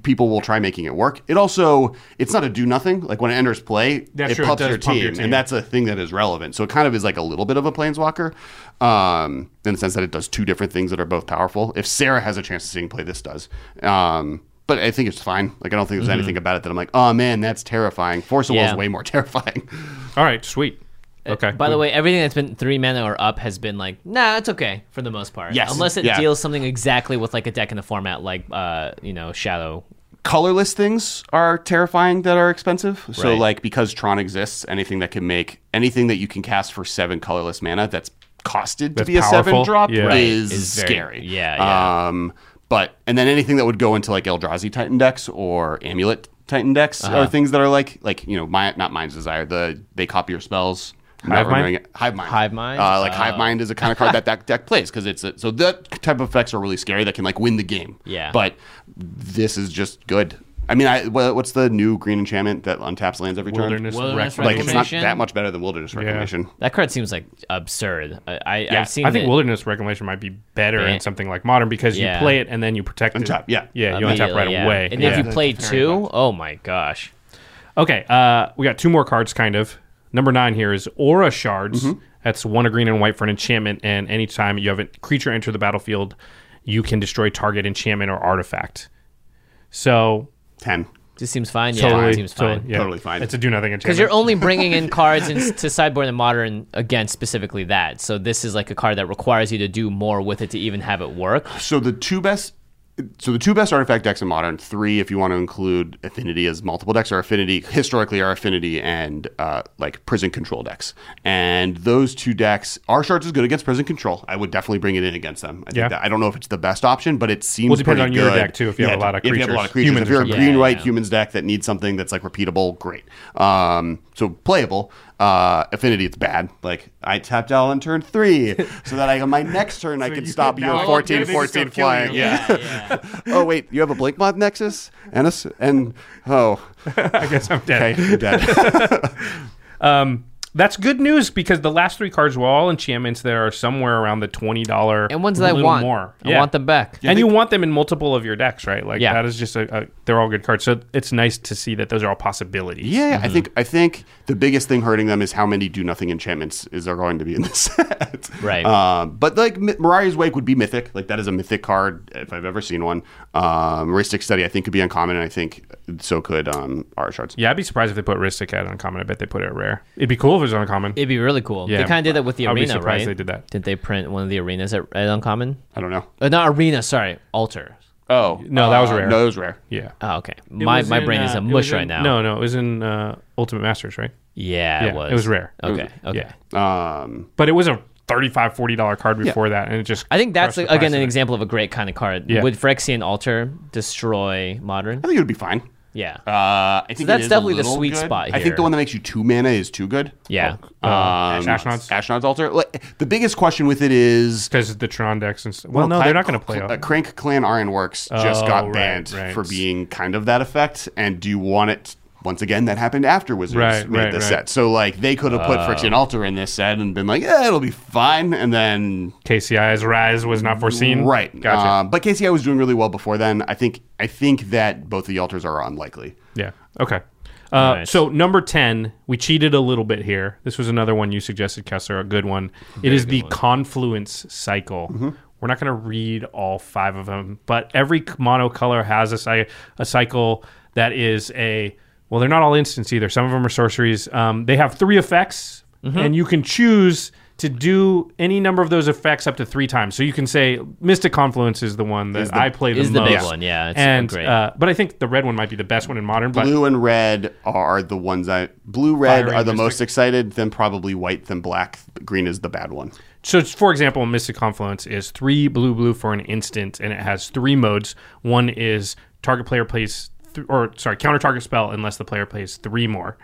S3: people will try making it work. It also it's not a do nothing. Like when it enters play,
S2: That's
S3: it
S2: true, it
S3: pumps
S2: does
S3: your,
S2: pump
S3: team,
S2: your team.
S3: and that's a thing that is relevant. So it kind of is like a little bit of a planeswalker, um, in the sense that it does two different things that are both powerful. If Sarah has a chance to see play, this does. Um, but I think it's fine. Like I don't think
S2: Mm-hmm.
S3: there's anything about it that I'm like, oh man, that's terrifying. Force of Will
S1: Yeah.
S3: is way more terrifying.
S2: All right, sweet. Okay.
S1: Uh, By the way, everything that's been three mana or up has been like, nah, it's okay for the most part.
S3: Yes.
S1: Unless it
S3: Yeah.
S1: deals something exactly with like a deck in the format, like uh, you know, Shadow.
S3: colorless things are terrifying that are expensive. So
S1: Right.
S3: like because Tron exists, anything that can make anything that you can cast for seven colorless mana that's costed to
S2: That's
S3: be a seven
S2: powerful.
S3: drop
S2: Yeah. Right.
S3: is,
S1: Is very-
S3: scary.
S1: yeah, yeah.
S3: Um but and then anything that would go into like Eldrazi Titan decks or Amulet Titan decks
S1: Uh-huh.
S3: are things that are like like, you know, my not mine's desire. The they copy your spells. I'm not
S2: Hive Mind?
S3: remembering it. Hive mind.
S1: Hive Mind? Oh.
S3: Uh, like Hive Mind is a kind of card that that deck plays because it's a, so that type of effects are really scary that can like win the game.
S1: Yeah.
S3: But this is just good. I mean, I wha- what's the new green enchantment that untaps lands every
S2: Wilderness,
S1: Wilderness
S3: turn? Like it's
S2: Reclamation.
S3: not
S1: Reclamation?
S3: that much better than Wilderness Reclamation.
S1: That card seems like absurd. I, I
S2: Yeah,
S1: I've seen.
S2: I think
S1: it.
S2: Wilderness Reclamation might be better
S1: Ban-
S2: in something like Modern because
S1: Yeah.
S2: you play it and then you protect it.
S3: Untap, yeah.
S2: Yeah, you untap right
S1: Immediately, yeah.
S2: away.
S1: And
S2: yeah.
S1: if you play two, oh my gosh.
S2: Okay, uh, we got two more cards, kind of. Number nine here is Aura Shards.
S3: Mm-hmm.
S2: That's one a green and white for an enchantment, and anytime you have a creature enter the battlefield, you can destroy target enchantment or artifact. So
S3: Ten.
S1: Just seems fine. Yeah,
S2: Totally,
S1: it seems fine.
S2: totally, yeah.
S3: Totally fine.
S2: It's a do nothing enchantment.
S1: Because you're only bringing in cards in, to sideboard and modern against specifically that. So this is like a card that requires you to do more with it to even have it work.
S3: So the two best. So the two best artifact decks in modern, three if you want to include affinity as multiple decks, are affinity historically are affinity and uh, like prison control decks, and those two decks, our shards is good against prison control. I would definitely bring it in against them. I, think
S2: Yeah.
S3: that, I don't know if it's the best option, but it seems
S2: Well, depends
S3: pretty
S2: on your
S3: good.
S2: deck, too, if you have a lot of
S3: If you have a lot
S2: creatures.
S3: of creatures,
S2: Humans
S3: if you're
S2: or
S3: a
S2: something.
S3: green white
S1: yeah.
S3: humans deck that needs something that's like repeatable, great. Um, so playable. Uh, affinity, it's bad. Like I tapped out on turn three, so that I on my next turn I
S2: So
S3: can
S2: you
S3: stop
S2: can
S3: you at
S2: now-
S3: fourteen,
S2: Yeah, they just go
S3: fourteen
S2: kill you.
S3: flying.
S1: Yeah, yeah.
S3: oh wait, you have a blink mod nexus and a s- and oh
S2: I guess I'm dead.
S3: okay, you're dead.
S2: Um, that's good news because the last three cards were all enchantments that are somewhere around the twenty dollar
S1: And ones that I
S2: little
S1: want.
S2: more.
S1: I want them back.
S2: and you want them in multiple of your decks, right? Like
S1: Yeah.
S2: that is just a, a they're all good cards. So it's nice to see that those are all possibilities.
S3: yeah,
S1: Mm-hmm.
S3: I think I think the biggest thing hurting them is how many do nothing enchantments is there going to be in this set.
S1: Right.
S3: Um, but like Mi- Mariah's Wake would be mythic. Like that is a mythic card if I've ever seen one. Um, Ristic Study I think could be uncommon, and I think so could um, our shards.
S2: Yeah, I'd be surprised if they put Ristic at uncommon. I bet they put it at rare. It'd be cool if it was uncommon.
S1: It'd be really cool.
S2: Yeah.
S1: they kind of did that with the
S2: I'd be
S1: arena, right?
S2: surprised they did that.
S1: Did they print one of the arenas at, at Uncommon?
S3: I don't know.
S1: Uh, not arena, sorry, Alter.
S3: Oh
S2: No, that was rare.
S3: No, that was rare.
S2: yeah.
S1: Oh, okay. my
S4: was
S1: my
S4: in,
S1: brain is
S4: uh,
S1: a
S4: it
S1: mush
S4: was
S1: right
S4: in-
S1: now.
S2: No, no, it was in uh, Ultimate Masters, right?
S1: Yeah, it
S2: Yeah,
S1: was.
S2: it was rare. It was-
S1: Okay. Okay.
S2: Yeah.
S3: Um,
S2: But it was a $35, 40 dollar card before that, and it just
S1: I think that's
S2: crushed
S1: like,
S2: the
S1: again
S2: price
S1: an
S2: of it.
S1: example of a great kind of card.
S2: Yeah.
S1: Would Phyrexian Altar destroy modern?
S3: I think it would be fine.
S1: Yeah.
S3: Uh, I think it
S1: that's
S3: is a
S1: definitely the
S3: little
S1: sweet
S3: good.
S1: spot
S3: I think
S1: here.
S3: the one that makes you two mana is too good.
S1: yeah.
S3: Um,
S2: Ashnod's?
S3: Ashnod's altar. Like, the biggest question with it is.
S2: because of the Tron decks and stuff. Well, no,
S3: Clan-
S2: they're not going to play.
S3: Cl-
S2: all-
S3: uh, Crank Clan Iron Works just
S2: Oh,
S3: got
S2: right,
S3: banned
S2: right.
S3: for being kind of that effect. And do you want it? Once again, that happened after Wizards
S2: Right,
S3: made
S2: right,
S3: this
S2: right. Oh.
S3: set. So like they could have put Friction Altar in this set and been like, yeah, it'll be fine. And then
S2: KCI's rise was not foreseen.
S3: right,
S2: Gotcha.
S3: Um, but KCI was doing really well before then. I think I think that both the altars are unlikely.
S2: Yeah. Okay. Uh,
S1: Nice.
S2: So number ten, we cheated a little bit here. This was another one you suggested, Kessler, a good one. it is the confluence cycle. We're not going to read all five of them, but every c- mono color has a, cy- a cycle that is a. Well, they're not all instants either. Some of them are sorceries. Um, they have three effects,
S1: Mm-hmm.
S2: and you can choose to do any number of those effects up to three times. So you can say Mystic Confluence is the one that
S3: Is the-
S2: I play the
S1: is
S2: most.
S1: the big one, yeah, it's
S2: and
S1: great.
S2: Uh, but I think the red one might be the best one in modern. But
S3: Blue and red are the ones I. Blue red
S2: Fire
S3: are the
S2: and
S3: most excited. Then probably white. Then black. Green is the bad one.
S2: So, it's- for example, Mystic Confluence is three blue blue for an instant, and it has three modes. One is target player plays, th- or sorry, counter target spell unless the player plays three more.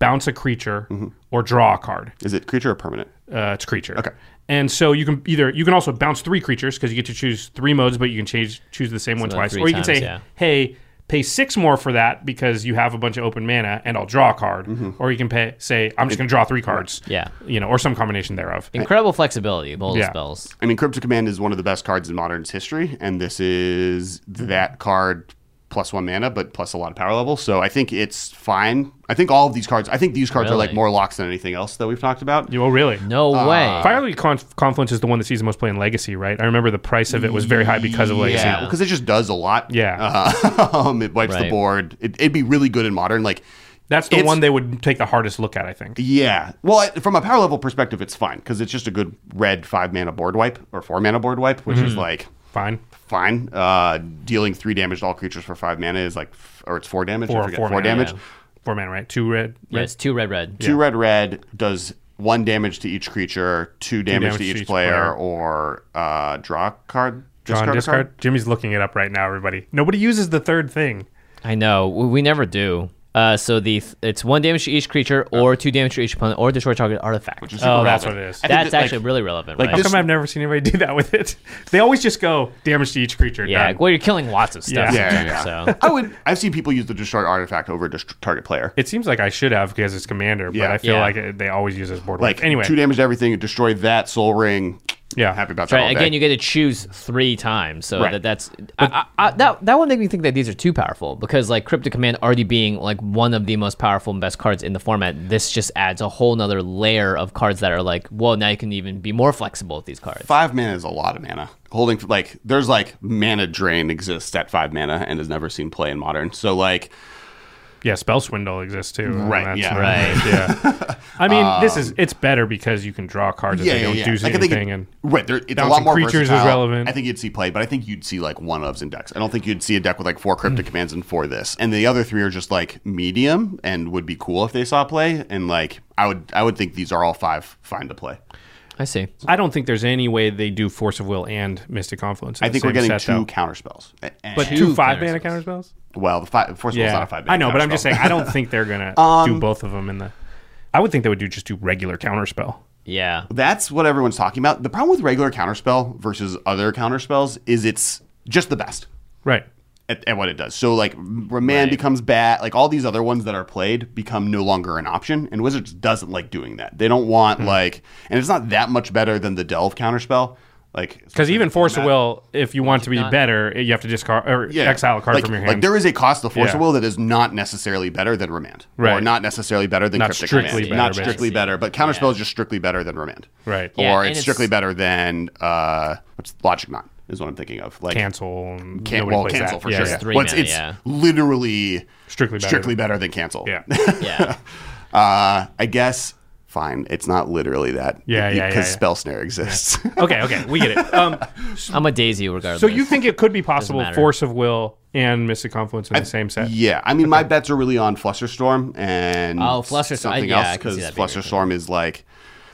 S2: Bounce a creature or draw a card.
S3: Is it creature or permanent?
S2: Uh, it's creature.
S3: Okay.
S2: And so you can either you can also bounce three creatures because you get to choose three modes, but you can change choose the same one
S1: the
S2: twice,
S1: three
S2: or you can
S1: times,
S2: say,
S1: yeah.
S2: "Hey, pay six more for that because you have a bunch of open mana, and I'll draw a card."
S3: Mm-hmm.
S2: Or you can pay say, "I'm just going to draw three cards."
S1: Yeah.
S2: You know, or some combination thereof.
S1: Incredible flexibility, both
S2: Yeah.
S1: spells.
S3: I mean, Crypto Command is one of the best cards in Modern's history, and this is that card plus one mana, but plus a lot of power level. So I think it's fine. I think all of these cards, I think these cards are like
S1: Really?
S3: more locks than anything else that we've talked about.
S2: Oh, really?
S1: No
S4: Ah.
S1: way.
S2: Firely Conf- Confluence is the one that sees the most play in Legacy, right? I remember the price of it was very high because of Legacy.
S3: Yeah, because it just does a lot.
S2: Yeah.
S3: um, it wipes the
S1: Right.
S3: board. It, it'd be really good in Modern. Like,
S2: That's the
S3: It's-
S2: one they would take the hardest look at, I think.
S3: yeah. Well, I- from a power level perspective, it's fine because it's just a good red five mana board wipe or four mana board wipe, which
S2: Mm-hmm.
S3: is like
S2: Fine.
S3: fine. Uh, dealing three damage to all creatures for five mana is like, f- or it's four damage. I
S2: Four-
S3: forget,
S2: four
S3: four
S2: mana,
S3: damage.
S1: yeah.
S2: Four mana, right? Two red.
S1: Yeah, it's two red, red.
S3: Two red red does one damage to each creature, two damage, to each, player,
S2: player.
S3: or uh, draw a card.
S2: Draw and
S3: a
S2: discard.
S3: card.
S2: Jimmy's looking it up right now, everybody. Nobody uses the third thing.
S1: I know. We, we never do. Uh, so the th- it's one damage to each creature, or two damage to each opponent, or destroy target artifact.
S3: Which is super
S2: Oh, that's what
S3: relevant.
S2: it Uh. is.
S3: I think
S1: That's
S3: that, like,
S1: actually really relevant,
S3: like
S1: right?
S2: How
S3: this-
S2: come I've never seen anybody do that with it? They always just go damage to each creature.
S1: yeah.
S2: done.
S1: Well, you're killing lots of stuff.
S2: Yeah.
S3: Yeah,
S1: sometimes,
S3: yeah, yeah.
S1: So
S3: I would. I've seen people use the destroy artifact over dest- target player.
S2: It seems like I should have because it's commander,
S3: Yeah.
S2: but I feel
S1: Yeah.
S2: like it, they always use this board.
S3: like
S2: wipe. anyway,
S3: two damage to everything, destroy that soul ring.
S2: Yeah.
S3: happy about that.
S1: Right.
S3: all day.
S1: Again, you get to choose three times, so
S3: Right.
S1: that that's I, I, I, that that would make me think that these are too powerful because like Cryptic Command already being like one of the most powerful and best cards in the format. This just adds a whole nother layer of cards that are like, whoa, now you can even be more flexible with these cards.
S3: Five mana is a lot of mana. Holding like there's like mana drain exists at five mana and has never seen play in modern. So like
S2: Yeah, spell swindle exists too. and
S3: Right,
S2: that's-
S3: yeah. Um,
S1: Right.
S2: Yeah. I mean, this is it's better because you can draw cards if they don't do
S3: Like, I think
S2: anything.
S3: it-
S2: and
S3: right, there, it's a
S2: bouncing
S3: lot more
S2: creatures is
S3: versatile.
S2: relevant.
S3: I think you'd see play, but I think you'd see like one ofs in decks. I don't think you'd see a deck with like
S2: Hmm.
S3: four cryptic commands and four this, and the other three are just like medium and would be cool if they saw play. And like I would, I would think these are all five fine to play.
S1: I see.
S2: I don't think there's any way they do force of will and mystic confluence. in
S3: I
S2: the
S3: think we're
S2: same
S3: getting
S2: set,
S3: two
S2: though.
S3: counter spells, A- and-
S2: but two,
S1: two
S2: five mana
S1: counterspells.
S2: counter spells.
S3: well, the five, force spell's not a five.
S2: I know, but I'm just saying I don't think they're gonna do both of them in the. I would think they would do just do regular counterspell.
S1: Yeah.
S3: That's what everyone's talking about. The problem with regular counterspell versus other counterspells is it's just the best.
S2: Right.
S3: at, at what it does. So like Remand becomes bad. Like all these other ones that are played become no longer an option. And Wizards doesn't like doing that. They don't want
S2: Hmm.
S3: like, and it's not that much better than the Delve counterspell. Like
S2: Because even force of will, if you want to be
S1: not-
S2: better, you have to discard or exile a card
S3: like,
S2: from your
S3: Like
S2: hand.
S3: there is a cost to Force
S2: Yeah.
S3: of Will that is not necessarily better than Remand, or
S2: Right.
S3: not necessarily better than
S2: Not
S3: Cryptic
S2: strictly
S3: Command.
S2: better,
S3: not
S2: basically.
S3: strictly better. But counterspell is just strictly better than Remand,
S2: Right.
S1: Yeah,
S3: or
S1: and
S3: it's
S1: it's-
S3: strictly better than uh, what's Logic Knot is what I'm thinking of. Like
S2: cancel. and
S3: can't
S2: nobody
S3: well
S2: plays
S3: cancel
S2: that.
S3: for
S2: Yeah,
S3: sure.
S2: yeah.
S1: Three
S3: Well, it's,
S1: mana,
S3: it's
S1: yeah.
S3: literally
S2: Strictly better.
S3: strictly better than cancel.
S2: Yeah.
S1: Yeah.
S3: Uh, I guess fine. It's not literally that.
S2: Yeah, yeah, yeah,
S3: Because
S2: yeah.
S3: spell snare exists.
S2: okay. Okay. We get it. Um,
S1: I'm a daisy regardless.
S2: so you think it could be possible
S1: matter.
S2: force of will and mystic confluence in the same set?
S3: yeah, I mean, my bets are really on Flusterstorm and
S1: Oh, Flusterstorm.
S3: something
S1: Yeah, I
S3: else
S1: can see that being really
S3: Flusterstorm is like,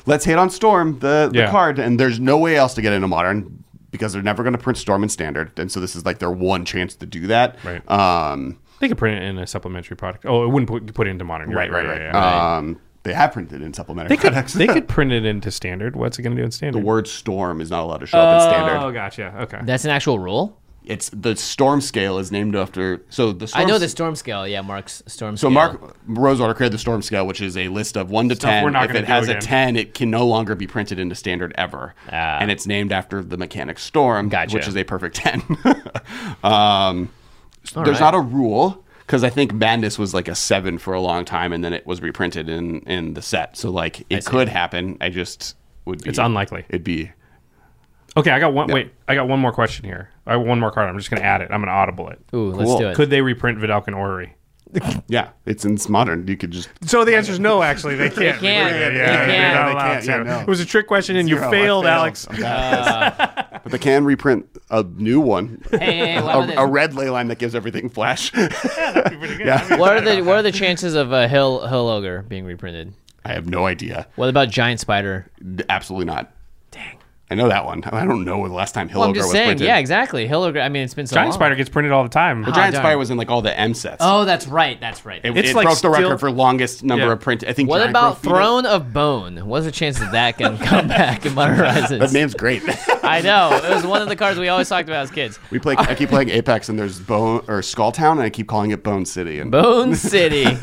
S3: let's hit on Storm the, the
S2: Yeah.
S3: card, and there's no way else to get into Modern because they're never going to print Storm in Standard, and so this is like their one chance to do that.
S2: Right.
S3: Um,
S2: They could print it in a supplementary product. Oh, it wouldn't put, put it into modern. You're
S3: right, right, right.
S2: yeah, yeah.
S3: Um, they have printed in supplementary
S2: they could
S3: products.
S2: they could print it into standard. What's it going to do in standard?
S3: the word Storm is not allowed to show up in Standard.
S2: Oh, gotcha. Okay.
S1: that's an actual rule?
S3: it's the storm scale is named after so the storm
S1: I know the storm scale. Yeah, Mark's storm
S3: so
S1: scale.
S3: Mark Rosewater created the storm scale, which is a list of one to ten.
S2: we're not
S3: if
S2: gonna
S3: it
S2: do
S3: has a
S2: again.
S3: ten, it can no longer be printed into standard ever, and it's named after the mechanic storm,
S1: Ah. Gotcha.
S3: which is a perfect ten. um, there's not a rule because I think Madness was like a seven for a long time, and then it was reprinted in in the set. So like it could happen. I just would be
S2: It's unlikely.
S3: It'd be
S2: Okay, I got one. Wait, I got one more question here. I have one more card. I'm just going to add it. I'm going to audible it.
S1: Ooh, let's
S3: Cool.
S1: do it.
S2: Could they reprint Vidalcan Orrery?
S3: yeah. It's it's modern. You could just
S2: So the answer is no. Actually, they can't.
S1: can't.
S2: reprint it.
S1: They
S2: Yeah, they're
S1: can't.
S2: not
S3: They
S2: allowed
S3: can't. Yeah,
S2: to.
S3: no.
S2: It was a trick question, and you
S3: Zero. I
S2: failed,
S3: failed.
S2: Alex.
S3: But they can reprint a new one,
S1: hey,
S3: a,
S1: what about this?
S3: a red ley line that gives everything flash.
S1: what are the what are the chances of a hill hill ogre being reprinted?
S3: I have no idea.
S1: What about giant spider?
S3: Absolutely not. Dang. I know that one. I don't know the last time Hill
S1: Well, I'm
S3: Ogre
S1: just
S3: was
S1: saying.
S3: printed.
S1: Yeah, exactly. Hill ogre. I mean, it's been so
S2: Giant
S1: long.
S2: Spider gets printed all the time.
S3: The Giant
S1: darn.
S3: Spire was in like all the M sets.
S1: Oh, that's right. That's right.
S3: it,
S2: it's
S3: it
S2: like
S3: broke the
S2: still-
S3: record for longest number
S2: Yeah.
S3: of print. I think.
S1: what
S3: Giant
S1: about
S3: Growth Feeder-
S1: Throne of Bone? What's the chance that that can come back in Modern
S3: That
S1: Horizons?
S3: name's great.
S1: I know. It was one of the cards we always talked about as kids.
S3: we play. I keep playing Apex, and there's Bone or Skull Town, and I keep calling it Bone City. And
S1: Bone City. All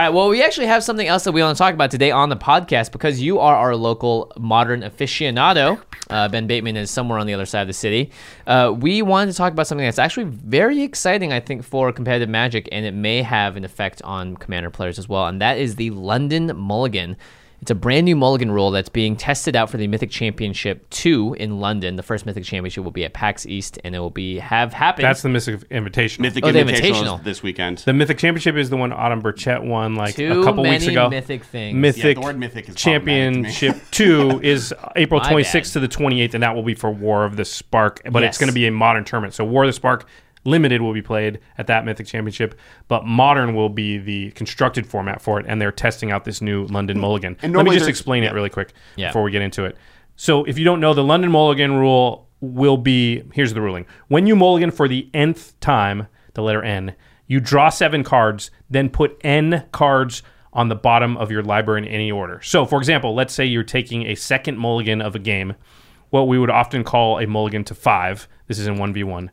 S1: right. Well, we actually have something else that we want to talk about today on the podcast because you are our local modern aficionado. Uh, ben Bateman is somewhere on the other side of the city. Uh, we wanted to talk about something that's actually very exciting, I think, for competitive Magic, and it may have an effect on Commander players as well. And that is the London Mulligan. It's a brand new mulligan rule that's being tested out for the Mythic Championship 2 in London. The first Mythic Championship will be at PAX East, and it will be have happened.
S2: That's the Mythic Invitation.
S3: Mythic
S1: Oh, the
S3: Invitational
S1: Invitational.
S3: is this weekend.
S2: The Mythic Championship is the one Autumn Burchett won like
S1: Too
S2: a couple weeks
S1: many
S2: ago.
S1: mythic things.
S2: Mythic,
S3: Yeah, the word mythic is problematic to
S2: Championship two is April
S1: My
S2: twenty sixth
S1: bad.
S2: to the twenty eighth, and that will be for War of the Spark. But
S1: Yes.
S2: it's going to be a modern tournament. So War of the Spark Limited will be played at that Mythic Championship, but Modern will be the constructed format for it, and they're testing out this new London Mulligan.
S3: And
S2: Let me
S3: normally
S2: just
S3: there's-
S2: explain it really quick
S1: Yeah.
S2: before we get into it. So if you don't know, the London Mulligan rule will be here's the ruling: when you mulligan for the nth time, the letter N, you draw seven cards, then put N cards on the bottom of your library in any order. So, for example, let's say you're taking a second mulligan of a game, what we would often call a mulligan to five. This is in one v one.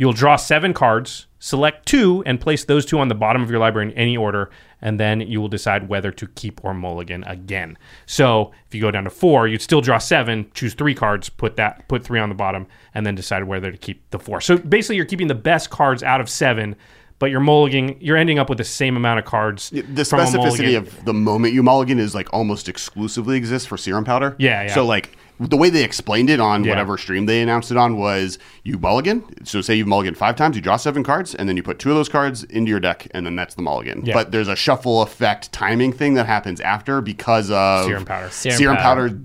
S2: You'll draw seven cards, select two, and place those two on the bottom of your library in any order, and then you will decide whether to keep or mulligan again. So if you go down to four, you'd still draw seven, choose three cards, put that put three on the bottom, and then decide whether to keep the four. So basically you're keeping the best cards out of seven, but you're mulliganing you're ending up with the same amount of cards.
S3: The
S2: from a mulligan.
S3: specificity of the moment you mulligan is like almost exclusively exists for serum powder.
S2: Yeah, yeah.
S3: So like the way they explained it on whatever stream they announced it on was you mulligan. So say you mulligan five times, you draw seven cards, and then you put two of those cards into your deck, and then that's the mulligan.
S2: Yeah.
S3: But there's a shuffle effect timing thing that happens after because of
S2: Serum powder.
S3: Serum,
S1: Serum powder.
S3: powder.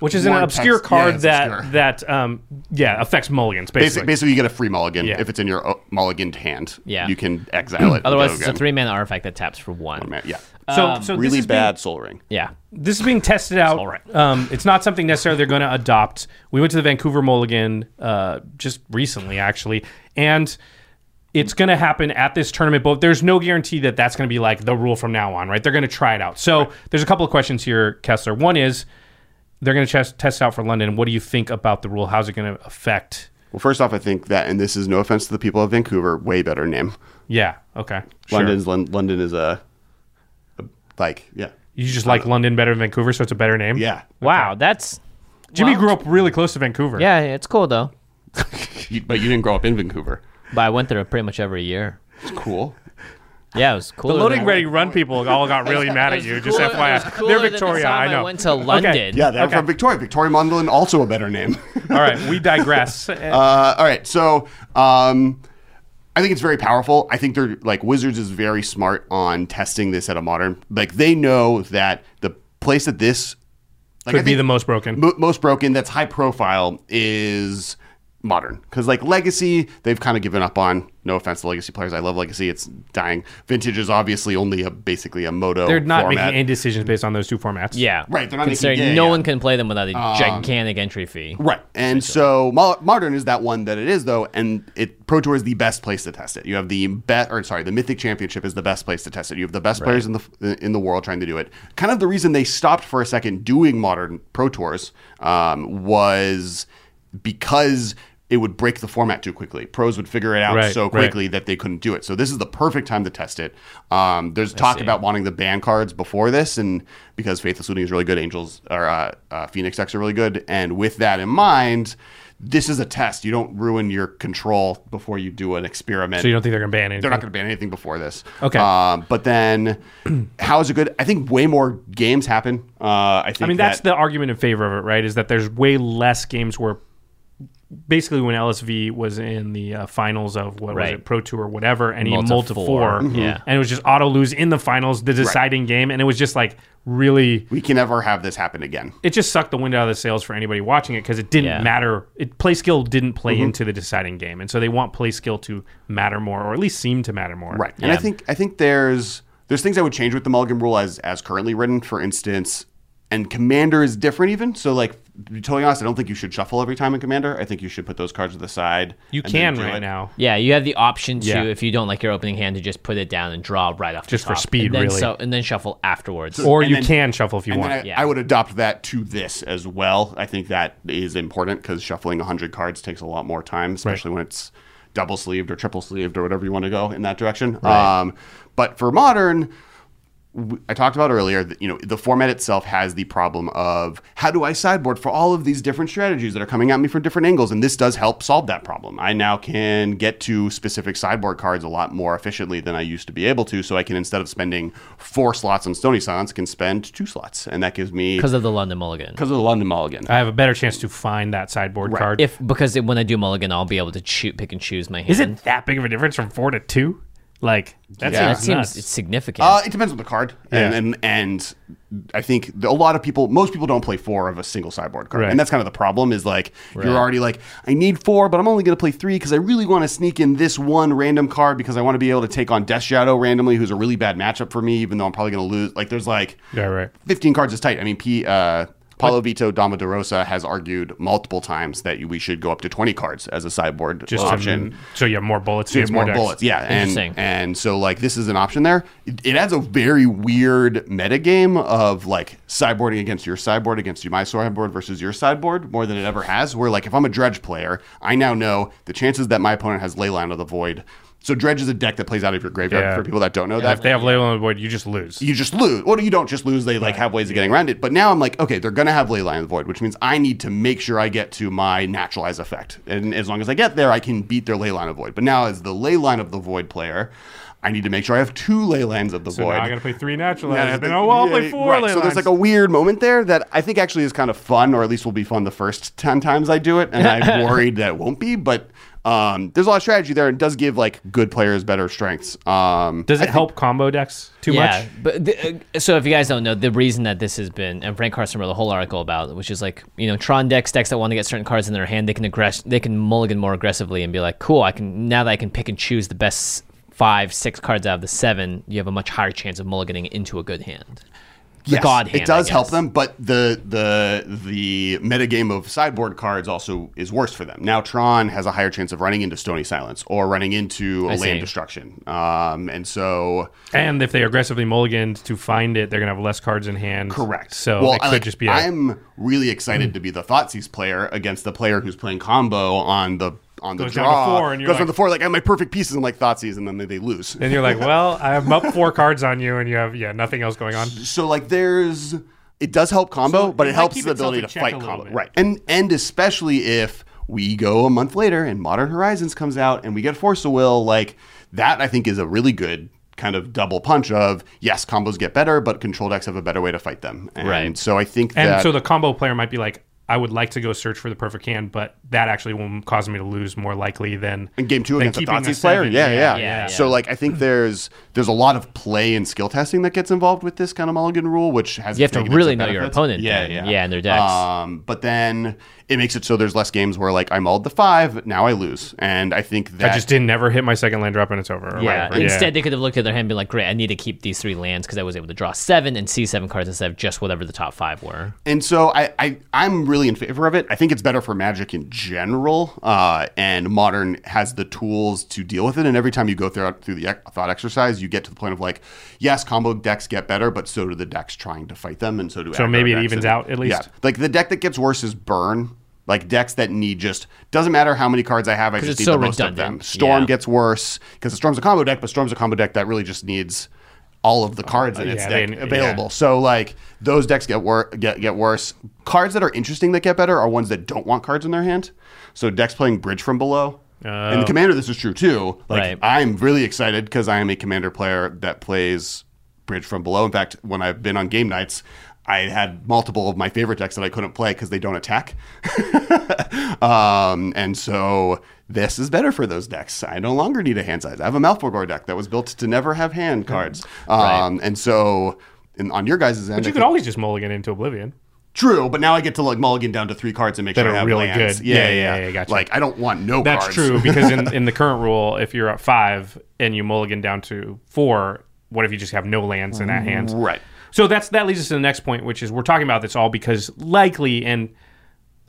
S2: which is an
S3: Warren
S2: obscure
S3: Peck's- yeah,
S2: card
S3: it's
S2: that
S3: obscure.
S2: that um yeah affects mulligans
S3: Basically,
S2: basically.
S3: basically, you get a free mulligan
S2: Yeah.
S3: if it's in your uh, mulliganed hand.
S1: Yeah.
S3: you can exile it. and
S1: Otherwise,
S3: go
S1: it's a
S3: again. Oh,
S1: three mana artifact that taps for one.
S3: Man, Yeah,
S2: so so this
S3: really
S2: is being-
S3: bad soul ring.
S1: Yeah.
S2: this is being tested out.
S1: Um, all right.
S2: Um, it's not something necessarily they're going to adopt. We went to the Vancouver Mulligan uh, just recently, actually, and it's going to happen at this tournament. But there's no guarantee that that's going to be like the rule from now on, right? They're going to try it out. So there's a couple of questions here, Kessler. One is they're going to test test it out for London. What do you think about the rule? How's it going to affect?
S3: Well, first off, I think that, and this is no offense to the people of Vancouver, way better name.
S2: Yeah. Okay. Sure.
S3: London's Lon- London is a, a- like yeah
S2: You just like London better than Vancouver, so it's a better name.
S3: yeah.
S1: Wow, that's
S2: Jimmy grew up really close to Vancouver.
S1: yeah, it's cool though.
S3: You, but you didn't grow up in Vancouver.
S1: But I went there pretty much every year.
S3: It's cool.
S1: Yeah, it was cool.
S2: The loading ready run people all got really mad at you. Just FYI, they're Victoria. I know.
S1: I went to London.
S3: Yeah, they're from Victoria. Victoria Mundlin also a better name.
S2: all right, we digress.
S3: uh, all right, so um, I think it's very powerful. I think they're like Wizards is very smart on testing this at a modern. Like they know that the place that this like, I
S2: Could be
S3: think-
S2: the most broken.
S3: mo- most broken that's high profile is modern because like legacy they've kind of given up on no offense to legacy players i love legacy it's dying vintage is obviously only a basically a moto
S2: They're not
S3: format.
S2: making any decisions based on those two formats.
S1: Yeah.
S3: Right, they're not making-
S1: Considering
S3: yeah,
S1: no
S3: yeah.
S1: one can play them without a gigantic entry fee.
S3: Right. And so mo- modern is that one that it is though, and it Pro Tour is the best place to test it. You have the bet or sorry, the Mythic Championship is the best place to test it. You have the best players in the in the world trying to do it. Kind of the reason they stopped for a second doing modern Pro Tours um, was because it would break the format too quickly. Pros would figure it out
S2: Right,
S3: so
S2: right.
S3: quickly that they couldn't do it. So this is the perfect time to test it. Um, there's talk about wanting the ban cards before this, and because Faithless Looting is really good, Angels or uh, uh, Phoenix decks are really good. And with that in mind, this is a test. You don't ruin your control before you do an experiment.
S2: So you don't think they're going to ban anything?
S3: They're not going to ban anything before this.
S2: Okay.
S3: Um, but then, how is it good? I think way more games happen. Uh, I think.
S2: I mean, that's
S3: that-
S2: the argument in favor of it, right? Is that there's way less games where basically when LSV was in the uh, finals of what
S1: Right.
S2: was it, Pro Tour, whatever, and he
S1: Multi
S2: multi
S1: four,
S2: four,
S1: yeah.
S2: and it was just auto lose in the finals, the deciding game, and it was just like really.
S3: we can never have this happen again.
S2: It just sucked the wind out of the sails for anybody watching it because it didn't
S1: Yeah.
S2: matter. It play skill didn't play
S3: Mm-hmm.
S2: into the deciding game, and so they want play skill to matter more, or at least seem to matter more.
S3: Right. And I think I think there's there's things I would change with the Mulligan rule as as currently written. For instance, and Commander is different even. So like to be totally honest, I don't think you should shuffle every time in Commander. I think you should put those cards to the side.
S2: You
S3: and
S2: can
S3: then do
S2: right
S3: it.
S2: now.
S1: Yeah, you have the option to,
S2: Yeah.
S1: if you don't like your opening hand, to just put it down and draw right off the
S2: Just for
S1: top.
S2: speed,
S1: and then
S2: really.
S1: So, and then shuffle afterwards.
S2: Or
S3: And
S2: you
S3: then-
S2: can shuffle if you
S3: And
S2: want.
S3: then I,
S1: yeah.
S3: I would adopt that to this as well. I think that is important because shuffling 100 cards takes a lot more time, especially when it's double sleeved or triple sleeved or whatever you want to go in that direction. Um, but for modern, w- I talked about earlier that you know the format itself has the problem of how do I sideboard for all of these different strategies that are coming at me from different angles, and this does help solve that problem. I now can get to specific sideboard cards a lot more efficiently than I used to be able to. So I can instead of spending four slots on Stony Silence, can spend two slots, and that gives me
S1: Because of the London Mulligan.
S3: because of the London Mulligan.
S2: I have a better chance to find that sideboard card.
S1: If Because it, when I do Mulligan, I'll be able to choo- pick and choose my hand.
S2: is it that big of a difference from four to two? Like that
S3: Yeah.
S1: That
S2: seems
S1: seems
S2: nuts.
S1: it's significant.
S3: Uh, it depends on the card, and,
S2: Yeah.
S3: and and I think the- a lot of people, most people, don't play four of a single sideboard card,
S2: Right.
S3: and that's kind of the problem. Is like you're already like, I need four, but I'm only going to play three because I really want to sneak in this one random card because I want to be able to take on Death Shadow randomly, who's a really bad matchup for me, even though I'm probably going to lose. Like there's like
S2: yeah, right.
S3: 15 cards is tight. I mean, P. Uh, Paulo Vito Domodorosa has argued multiple times that we should go up to 20 cards as a sideboard
S2: Just to-
S3: option.
S2: so you have more bullets.
S3: So you have more
S2: decks.
S3: bullets. Yeah.
S1: Interesting.
S3: And, and so, like, this is an option there. It, it adds a very weird metagame of, like, sideboarding against your sideboard, against my sideboard versus your sideboard more than it ever has. Where, like, if I'm a Dredge player, I now know the chances that my opponent has Leyline of the Void. So, Dredge is a deck that plays out of your graveyard
S2: Yeah.
S3: for people that don't know
S2: If
S3: that.
S2: they have Leyline on the board, you just lose.
S3: You just lose. Well, you don't just lose. They like have ways of getting around it. But now I'm like, okay, they're gonna have Leyline of the Void, which means I need to make sure I get to my naturalize effect. And as long as I get there, I can beat their Leyline of Void. But now as the Leyline of the Void player, I need to make sure I have two Leylines of the
S2: so
S3: Void.
S2: now I got to play three
S3: Yeah,
S2: naturalized.
S3: I
S2: Then
S3: think-
S2: oh, well, I'll play
S3: yeah,
S2: four
S3: right.
S2: Leylines.
S3: So there's like a weird moment there that I think actually is kind of fun, or at least will be fun the first ten times I do it, and I'm worried that it won't be. But um, there's a lot of strategy there, and does give like good players better strengths. Um,
S2: Does it help combo decks too
S1: yeah,
S2: much?
S1: but the, uh, so if you guys don't know, the reason that this has been and Frank Carson wrote a whole article about, it, which is like you know Tron decks decks that want to get certain cards in their hand, they can aggress, they can mulligan more aggressively and be like, cool, I can now that I can pick and choose the best five, six cards out of the seven, you have a much higher chance of mulliganing into a good hand. The
S3: Yes,
S1: god hand, I
S3: it does help
S1: guess.
S3: them, but the the the metagame of sideboard cards also is worse for them. Now Tron has a higher chance of running into Stony Silence or running into a
S1: I see.
S3: land destruction, um, and so
S2: And if they aggressively mulliganed to find it, they're gonna have less cards in hand.
S3: correct.
S2: So
S3: well,
S2: it
S3: I,
S2: could
S3: like,
S2: just be. a-
S3: I'm really excited to be the Thoughtseize player against the player who's playing combo on the on the
S2: Goes down to
S3: draw
S2: four and you're
S3: goes
S2: like-
S3: on the four like I have my perfect pieces and like Thoughtseize and then they, they lose.
S2: Then you're like, well, I'm up four cards on you, and you have yeah nothing else going on.
S3: so like there's it does help combo,
S2: So
S3: but
S2: it
S3: it
S2: might
S3: helps
S2: keep
S3: the
S2: itself
S3: ability
S2: in
S3: to
S2: check a
S3: fight
S2: little
S3: combo,
S2: bit.
S3: right? And and especially if we go a month later and Modern Horizons comes out and we get Force of Will, like that, I think is a really good kind of double punch of yes, combos get better, but control decks have a better way to fight them, and
S1: Right.
S3: So I think
S2: And
S3: that
S2: so the combo player might be like, I would like to go search for the perfect hand, but that actually will cause me to lose more likely than
S3: in game two
S2: than
S3: against the
S2: keeping
S3: Thoughtseize
S2: a
S3: player.
S2: seven.
S3: Yeah yeah,
S1: yeah,
S3: So like I think there's there's a lot of play and skill testing that gets involved with this kind of mulligan rule, which has
S1: You have to
S3: negatives
S1: really
S3: and
S1: know your
S3: benefits.
S1: opponent
S3: Yeah,
S1: then.
S3: yeah,
S1: Yeah, and their decks.
S3: Um, but then it makes it so there's less games where like I mauled the five, now I lose, and I think that
S2: I just didn't ever hit my second land drop and it's over. or
S1: Yeah.
S2: whatever.
S1: Instead, they could have looked at their hand and been like, great, I need to keep these three lands because I was able to draw seven and see seven cards instead of just whatever the top five were.
S3: And so I, I I'm really in favor of it. I think it's better for Magic in general, uh, and Modern has the tools to deal with it. And every time you go through through the ec- thought exercise, you get to the point of like, yes, combo decks get better, but so do the decks trying to fight them, and so do
S2: So
S3: aggro
S2: maybe it
S3: decks.
S2: evens
S3: And-
S2: out at least.
S3: Yeah, like the deck that gets worse is Burn. Like decks that need just doesn't matter how many cards I have, I
S1: 'Cause
S3: just
S1: it's so
S3: need the most of them.
S1: redundant.
S3: Storm
S1: Yeah.
S3: gets worse because Storm's a combo deck, but Storm's a combo deck that really just needs all of the cards in its
S2: yeah,
S3: deck
S2: they- yeah.
S3: available. So like those decks get wor- get get worse. Cards that are interesting that get better are ones that don't want cards in their hand. So decks playing bridge from below. and the commander, this is true too. Like
S1: Right.
S3: I'm really excited because I am a commander player that plays bridge from below. In fact, when I've been on game nights, I had multiple of my favorite decks that I couldn't play because they don't attack. Um, and so this is better for those decks. I no longer need a hand size. I have a Malphogor deck that was built to never have hand
S2: Mm-hmm.
S3: cards. Um, And so in, on your guys' end,
S2: But
S3: I
S2: you could
S3: think-
S2: always just mulligan into oblivion.
S3: true, but now I get to like mulligan down to three cards and make
S2: That
S3: sure
S2: are
S3: I have
S2: really
S3: lands.
S2: good.
S3: Yeah,
S2: Yeah,
S3: yeah,
S2: yeah,
S3: yeah.
S2: yeah, gotcha.
S3: Like I don't want no
S2: That's
S3: cards.
S2: true because in, in the current rule, if you're at five and you mulligan down to four, what if you just have no lands in that hand?
S3: Right.
S2: So that's that leads us to the next point, which is we're talking about this all because likely, and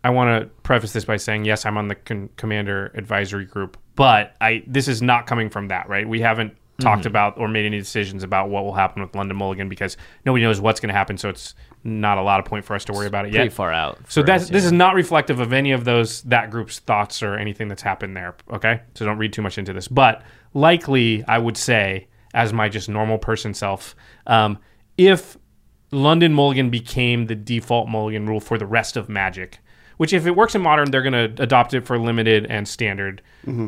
S2: I want to preface this by saying, yes, I'm on the con- commander advisory group, but I this is not coming from that, right? We haven't
S1: Mm-hmm.
S2: talked about or made any decisions about what will happen with London Mulligan because nobody knows what's going to happen, so it's not a lot of point for us to worry about it
S1: Pretty
S2: yet.
S1: far out.
S2: So
S1: for
S2: that's
S1: us,
S2: this
S1: yeah.
S2: is not reflective of any of those that group's thoughts or anything that's happened there. Okay, so don't read too much into this. But likely, I would say, as my just normal person self, um, if London Mulligan became the default Mulligan rule for the rest of Magic, which if it works in Modern, they're going to adopt it for Limited and Standard,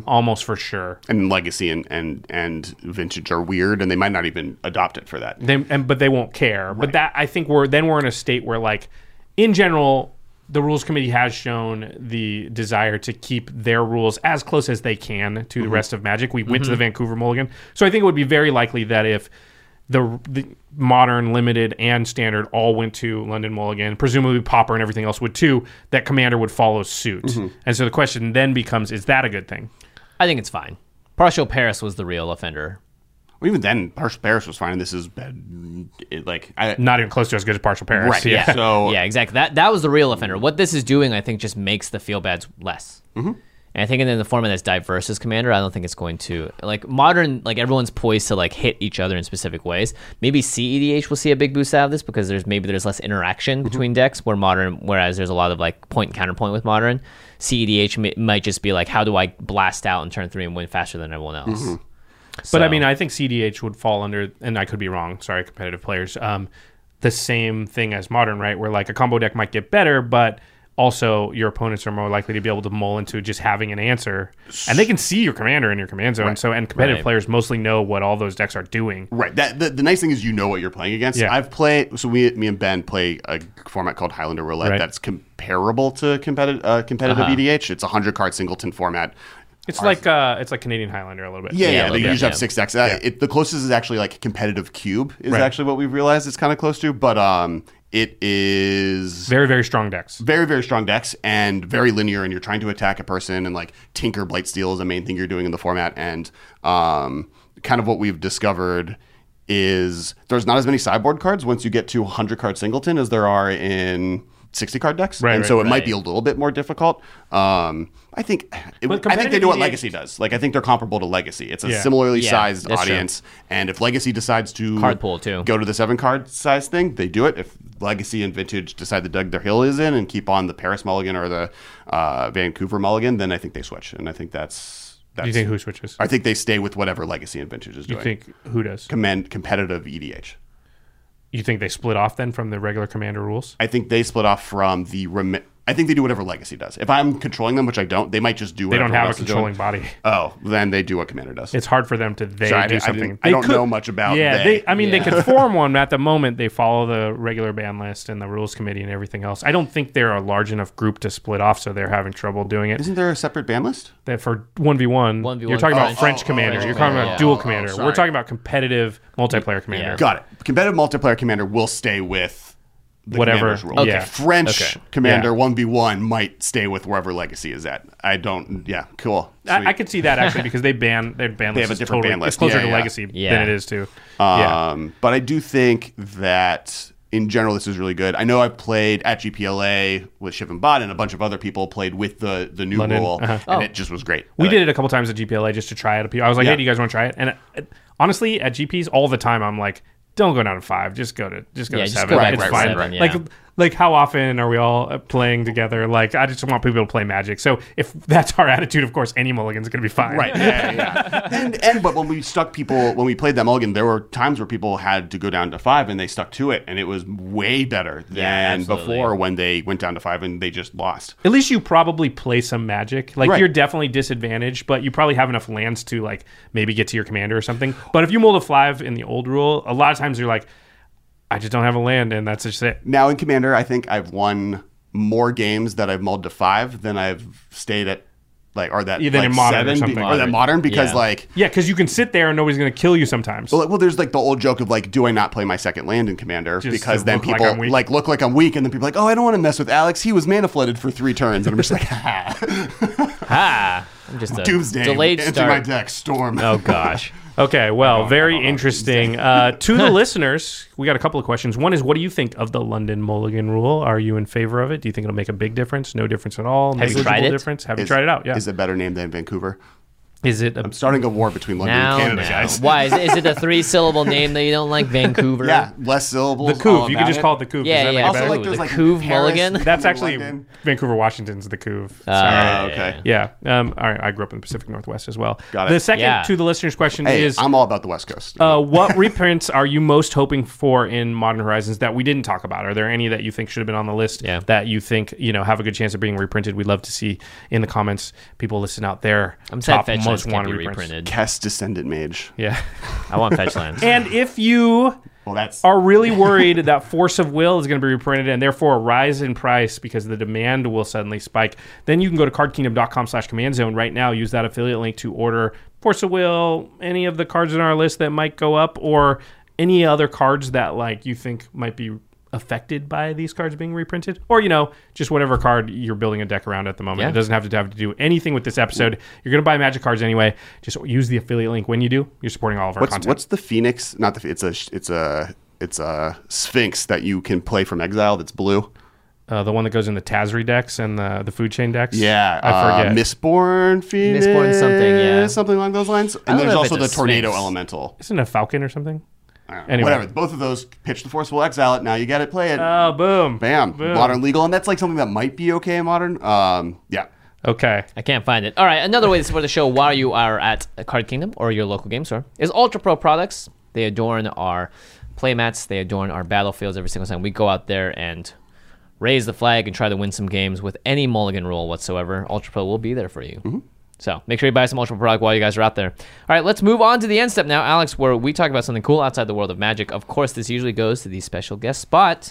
S2: almost for sure.
S3: And legacy and, and and vintage are weird, and they might not even adopt it for that.
S2: They and but they won't care. But that I think we're then we're in a state where like in general the rules committee has shown the desire to keep their rules as close as they can to the
S3: Mm-hmm.
S2: rest of Magic. We went to the Vancouver Mulligan, so I think it would be very likely that if the, the modern, limited, and standard all went to London Mulligan. Presumably, Popper and everything else would too. That Commander would follow suit,
S3: Mm-hmm.
S2: and so the question then becomes: Is that a good thing?
S1: I think it's fine. Partial Paris was the real offender.
S3: Well, even then, Partial Paris was fine, and this is bad. It, like, I,
S2: Not even close to as good as Partial Paris.
S3: Right, yeah. So-
S1: yeah, exactly. That that was the real offender. What this is doing, I think, just makes the feel bads less. Mm-hmm. And I think in the format that's diverse as Commander, I don't think it's going to like modern. Like everyone's poised to like hit each other in specific ways. Maybe CEDH will see a big boost out of this because there's maybe there's less interaction
S3: Mm-hmm.
S1: between decks. Where modern, whereas there's a lot of like point and counterpoint with modern, E CEDH mi- might just be like, how do I blast out in turn three and win faster than everyone else?
S3: Mm-hmm.
S2: But I
S1: So-
S2: mean, I think CDH would fall under, and I could be wrong. Sorry, competitive players. Um, the same thing as modern, right? Where like a combo deck might get better, but also your opponents are more likely to be able to mull into just having an answer, and they can see your commander in your command zone. So, and competitive
S1: Right.
S2: players mostly know what all those decks are doing.
S3: Right. That the, the nice thing is you know what you're playing against.
S2: Yeah.
S3: I've played so we me and Ben play a format called Highlander Roulette
S2: Right.
S3: that's comparable to competitive uh, competitive EDH. It's a hundred card singleton format.
S2: It's like uh, it's like Canadian Highlander a little bit.
S3: Yeah,
S1: a
S3: yeah. they
S1: little
S3: usually
S1: bit,
S3: have
S1: yeah.
S3: six decks. Uh, it, the closest is actually like competitive cube is
S2: Right.
S3: actually what we've realized it's kind of close to, but um, it is
S2: very very strong decks.
S3: very very strong decks and very linear and you're trying to attack a person and like tinker blight steel is the main thing you're doing in the format and um, kind of what we've discovered is there's not as many sideboard cards once you get to 100 card singleton as there are in 60 card decks
S2: Right,
S3: and
S2: right,
S3: so it might
S1: right.
S3: be a little bit more difficult um, i think it,
S2: But
S3: i think they
S2: competitive
S3: do what
S2: EDH
S3: legacy does like i think they're comparable to legacy it's a
S2: Yeah.
S3: similarly
S1: Yeah,
S3: sized
S1: that's true.
S3: audience and if legacy decides to
S1: Card pool, too.
S3: go to the seven card size thing, they do it. If Legacy and Vintage decide to dug their hill is in and keep on the Paris Mulligan or the uh, Vancouver Mulligan, then I think they switch. And I think that's that's.
S2: Do you think who switches?
S3: I think they stay with whatever Legacy and Vintage is
S2: You
S3: doing.
S2: think who does?
S3: Command competitive E EDH.
S2: You think they split off then from the regular commander rules?
S3: I think they split off from the. Rem- I think they do whatever Legacy does. If I'm controlling them, which I don't, they might just do.
S2: They
S3: Whatever
S2: don't have a
S3: else is
S2: controlling
S3: doing.
S2: body.
S3: Oh, then they do what Commander does.
S2: It's hard for them to they
S3: Sorry, I
S2: do
S3: didn't- I
S2: something.
S3: didn't- I
S2: They
S3: don't know much about
S2: Yeah,
S3: they.
S2: I mean,
S1: Yeah.
S2: they could form one, but at the moment they follow the regular ban list and the rules committee and everything else. I don't think they're a large enough group to split off, so they're having trouble doing it.
S3: Isn't there a separate ban list?
S2: That for one v one,
S1: 1v1
S2: you're talking
S1: French.
S2: about French
S3: Oh, oh,
S2: commander.
S3: French
S2: you're talking
S3: commander.
S2: about
S3: Yeah.
S2: dual
S3: Oh, oh,
S2: commander.
S3: sorry.
S2: We're talking about competitive multiplayer commander.
S3: Got it. Competitive multiplayer commander will stay with the
S2: Whatever.
S3: commander's rule.
S2: Okay. Yeah.
S3: French
S2: Okay.
S3: commander
S2: Yeah.
S3: one v one might stay with wherever legacy is at. I don't. Yeah, cool.
S2: I,
S3: Sweet.
S2: I could see that actually because they ban their ban
S3: They
S2: list
S3: have a
S2: is
S3: different
S2: totally,
S3: ban list.
S2: It's closer
S3: Yeah,
S2: to
S3: yeah.
S2: legacy
S1: Yeah.
S2: than it is to yeah.
S3: Um, But I do think that in general, this is really good. I know I've played at GPLA with Shiv and Bot and a bunch of other people played with the, the new
S2: London,
S3: rule,
S2: uh-huh.
S3: and it just was great.
S2: We
S3: And
S2: did it a couple times at GPLA just to try it. I was like,
S3: Yeah.
S2: hey, do you guys want to try it? And uh, honestly, at GPs, all the time, I'm like, don't go down to five. Just go to just go
S1: Yeah,
S2: to
S1: just
S2: seven.
S1: go
S3: back
S2: it's
S3: to
S2: fine.
S1: seven, yeah.
S2: Like like how often are we all uh, playing together? Like I just want people to play Magic. So if that's our attitude, of course, any mulligan's gonna be fine.
S3: Right. Yeah, yeah, yeah. and and but when we stuck people when we played that mulligan, there were times where people had to go down to five and they stuck to it, and it was way better than
S1: absolutely.
S3: before when they went down to five and they just lost.
S2: At least you probably play some Magic. Like
S3: Right.
S2: you're definitely disadvantaged, but you probably have enough lands to like maybe get to your commander or something. But if you mold a five in the old rule, a lot of times you're like, I just don't have a land, and that's just it.
S3: Now in commander, I think I've won more games that I've mulled to five than I've stayed at like or that
S2: Yeah, than
S3: like,
S2: in modern or
S3: seven
S2: something.
S3: be- or that modern because
S1: Yeah.
S3: like.
S2: Yeah, because you can sit there and nobody's gonna kill you sometimes.
S3: Well, well, there's like the old joke of like, do I not play my second land in Commander
S2: Just
S3: because
S2: to
S3: then
S2: look like
S3: people
S2: I'm
S3: like,
S2: weak.
S3: look like I'm weak, and then people are like, oh, I don't want to mess with Alex. He was mana flooded for three turns, and I'm just like, "Ah." ha,
S1: Ha! I'm just a
S3: Doomsday.
S1: delayed
S3: Enter
S1: start.
S3: my deck, Storm.
S1: Oh gosh.
S2: Okay, well, very interesting. Uh, to the listeners, we got a couple of questions. One is, what do you think of the London Mulligan rule? Are you in favor of it? Do you think it'll make a big difference? No difference at all?
S1: Have you
S2: Negligible
S1: tried it?
S2: Difference? Have you tried it out? Yeah.
S3: Is a better name than Vancouver.
S2: Is it? A,
S3: I'm starting a war between London
S1: Now,
S3: and Canada,
S1: now.
S3: guys.
S1: Why is it, is it a three-syllable name that you don't like? Vancouver.
S3: Yeah, less syllables.
S2: the Couve.
S3: all
S2: You could
S3: about
S2: just
S3: it.
S2: call it the Couve.
S1: Yeah,
S2: Does
S1: yeah.
S2: that make it
S3: Also,
S2: better?
S3: like, there's
S1: The
S3: like
S1: Couve
S3: Paris,
S1: Mulligan?
S2: That's actually
S3: London.
S2: Vancouver, Washington's the Couve.
S1: Uh,
S3: Ah, okay.
S2: yeah. Um, all right. I grew up in the Pacific Northwest as well.
S3: Got it.
S2: The second
S1: Yeah.
S2: to the listeners' question
S3: Hey,
S2: is.
S3: I'm all about the West Coast.
S2: uh, what reprints are you most hoping for in Modern Horizons that we didn't talk about? Are there any that you think should have been on the list
S1: Yeah.
S2: that you think you know have a good chance of being reprinted? We'd love to see in the comments people listen out there.
S1: I'm sad
S2: top
S1: Fetchlands can't
S2: wanted
S1: be
S2: reprints.
S1: reprinted.
S3: Kess Descendant Mage.
S2: Yeah,
S1: I want Fetchlands.
S2: and if you
S3: Well, that's
S2: are really worried that Force of Will is going to be reprinted and therefore a rise in price because the demand will suddenly spike, then you can go to cardkingdom.com slash command zone right now. Use that affiliate link to order Force of Will, any of the cards in our list that might go up, or any other cards that like you think might be affected by these cards being reprinted or you know just whatever card you're building a deck around at the moment
S1: Yeah.
S2: it doesn't have to have to do anything with this episode you're going to buy magic cards anyway just use the affiliate link when you do you're supporting all of our
S3: What's
S2: content
S3: what's the Phoenix? Not the. It's a. sh- It's a. It's a Sphinx that you can play from exile. That's blue.
S2: uh, the one that goes in the Tazri decks and the, the food chain decks
S3: Yeah,
S2: I
S3: uh,
S2: forget
S3: Mistborn Phoenix.
S1: Misborn something, yeah.
S3: something along those lines.
S1: don't
S3: And there's
S1: know if
S3: also the
S1: it's a
S3: tornado
S1: Sphinx.
S3: elemental.
S2: isn't it a falcon or something
S3: I don't know.
S2: Anyway.
S3: Whatever. Both of those pitch the force. We'll exile it. Now you get it. Play it.
S2: oh boom
S3: Bam.
S2: boom.
S3: Modern legal, and that's like something that might be okay in modern. Um, yeah.
S2: okay
S1: I can't find it. All right, another way to support the show while you are at Card Kingdom or your local game store is Ultra Pro products. They adorn our playmats, they adorn our battlefields every single time we go out there and raise the flag and try to win some games with any mulligan roll whatsoever. Ultra Pro will be there for you.
S2: Mm-hmm.
S1: So make sure you buy some Ultra Pro product while you guys are out there. All right, let's move on to the end step now, Alex, where we talk about something cool outside the world of magic. Of course, this usually goes to the special guest spot.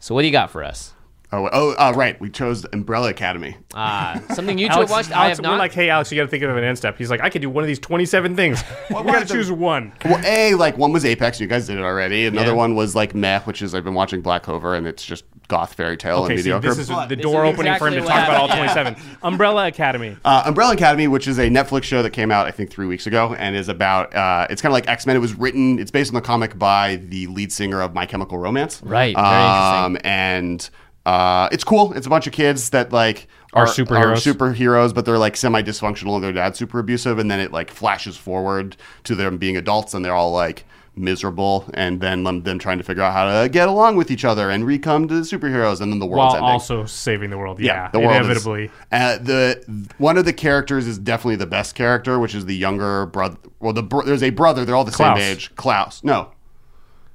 S1: So what do you got for us?
S3: Oh, oh, uh, right. We chose Umbrella Academy.
S1: Ah, something you two have
S2: Alex,
S1: watched. I
S2: Alex,
S1: have not.
S2: We're like, hey, Alex, you got to think of an end step. He's like, I could do one of these 27 things. we got to choose one.
S3: Well, a like one was Apex. You guys did it already. Another
S1: Yeah.
S3: one was like Meh, which is I've been watching Black Clover, and it's just goth fairy tale
S2: Okay,
S3: and
S2: see,
S3: mediocre.
S2: this is the
S1: is
S2: door opening for him
S1: exactly
S2: to
S1: what
S2: talk about all
S1: happened.
S2: 27. Umbrella Academy.
S3: Uh, Umbrella Academy, which is a Netflix show that came out, I think, three weeks ago, and is about uh, it's kind of like X Men. It was written, it's based on the comic by the lead singer of My Chemical Romance.
S1: Right, very interesting.
S3: um, and uh, it's cool. It's a bunch of kids that like
S2: Are superheroes.
S3: superheroes, but they're like semi dysfunctional and their dad's super abusive, and then it like flashes forward to them being adults and they're all like miserable, and then them, them trying to figure out how to get along with each other and recome to superheroes, and then the
S2: While
S3: world's ending.
S2: also saving the world. Yeah,
S3: the world is-
S2: inevitably.
S3: uh, the one of the characters is definitely the best character, which is the younger brother. Well, the bro- there's a brother. They're all the
S2: Klaus.
S3: same age. Klaus. No,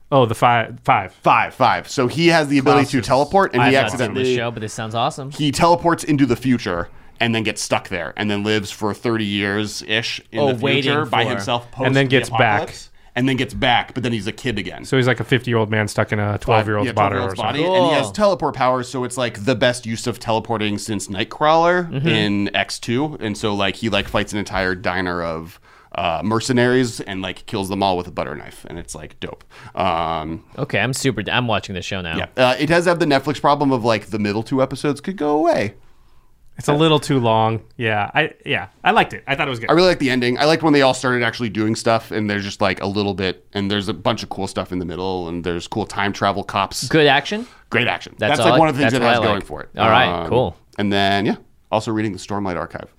S2: Oh, the five. Five.
S3: five, five. So he has the ability
S2: Klaus
S3: to
S2: is-
S3: teleport, and
S1: I've
S3: he
S1: not seen this
S3: accidentally
S1: show, but this sounds awesome.
S3: he teleports into the future and then gets stuck there, and then lives for thirty years ish in
S1: Oh,
S3: the future
S1: waiting
S3: by
S1: for-
S3: himself, post
S2: And then
S3: the
S2: gets back.
S3: apocalypse, and then gets back, but then he's a kid again.
S2: So he's like a 50 year old man stuck in a 12 year old's
S3: Yeah,
S2: body or
S3: 12-year-old's
S2: something.
S3: body, and he has
S1: Cool.
S3: teleport powers, so it's like the best use of teleporting since Nightcrawler in X two, and so like he like fights an entire diner of uh, mercenaries and like kills them all with a butter knife, and it's like dope. Um,
S1: Okay, I'm super. I'm watching this show now.
S3: yeah, uh, it does have the Netflix problem of like the middle two episodes could go away.
S2: It's a little too long. Yeah, I yeah, I liked it. I thought it was good.
S3: I really like the ending. I liked when they all started actually doing stuff, and there's just like a little bit, and there's a bunch of cool stuff in the middle, and there's cool time travel cops.
S1: Good action.
S3: Great action.
S1: That's
S3: That's,
S1: all I-
S3: like one of the things
S1: that's
S3: that
S1: what
S3: has
S1: I like.
S3: going for it. Um,
S1: All right, cool.
S3: And then yeah, also reading the Stormlight Archive.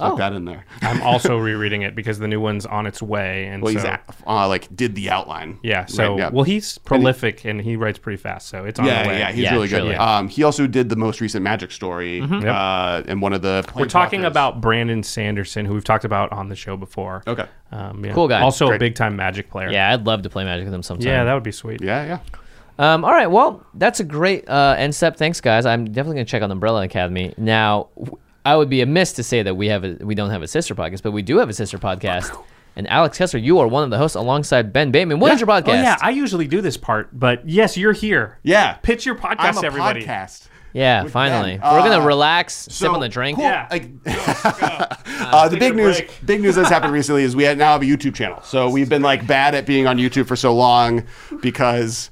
S1: Oh.
S3: Stuck that in there.
S2: I'm also rereading it because the new one's on its way. And
S3: well,
S2: so,
S3: he's a- uh, like did the outline.
S2: Yeah,
S3: Right,
S2: so
S3: yeah.
S2: well, he's prolific and he writes pretty fast, so it's on
S3: yeah,
S2: the way.
S3: yeah, he's
S1: Yeah, Mm-hmm.
S3: really good.
S1: truly.
S3: Um, he also did the most recent Magic story, uh, and one of the.
S2: We're talking
S3: Planeswalkers.
S2: about Brandon Sanderson, who we've talked about on the show before.
S3: Okay.
S2: Um, yeah.
S1: Cool guy.
S2: Also a big time Magic player.
S1: Yeah, I'd love to play Magic with them sometime.
S2: Yeah, that would be sweet.
S3: Yeah, yeah.
S1: um, all right. Well, that's a great uh, end step. Thanks, guys. I'm definitely gonna check on Umbrella Academy now. w- I would be amiss to say that we have a, we don't have a sister podcast, but we do have a sister podcast. And Alex Kessler, you are one of the hosts alongside Ben Bateman. What is your podcast?
S2: Oh yeah, I usually do this part, but yes, you're here.
S3: Yeah.
S2: pitch your podcast,
S3: I'm a
S2: everybody.
S3: podcast.
S1: Yeah,
S3: With
S1: finally,
S3: Ben.
S1: we're
S3: Uh,
S1: gonna relax, sip on the drink.
S3: cool,
S2: Yeah.
S3: like- uh, the big news, big news that's happened recently is we had- now have a YouTube channel. So we've been like bad at being on YouTube for so long because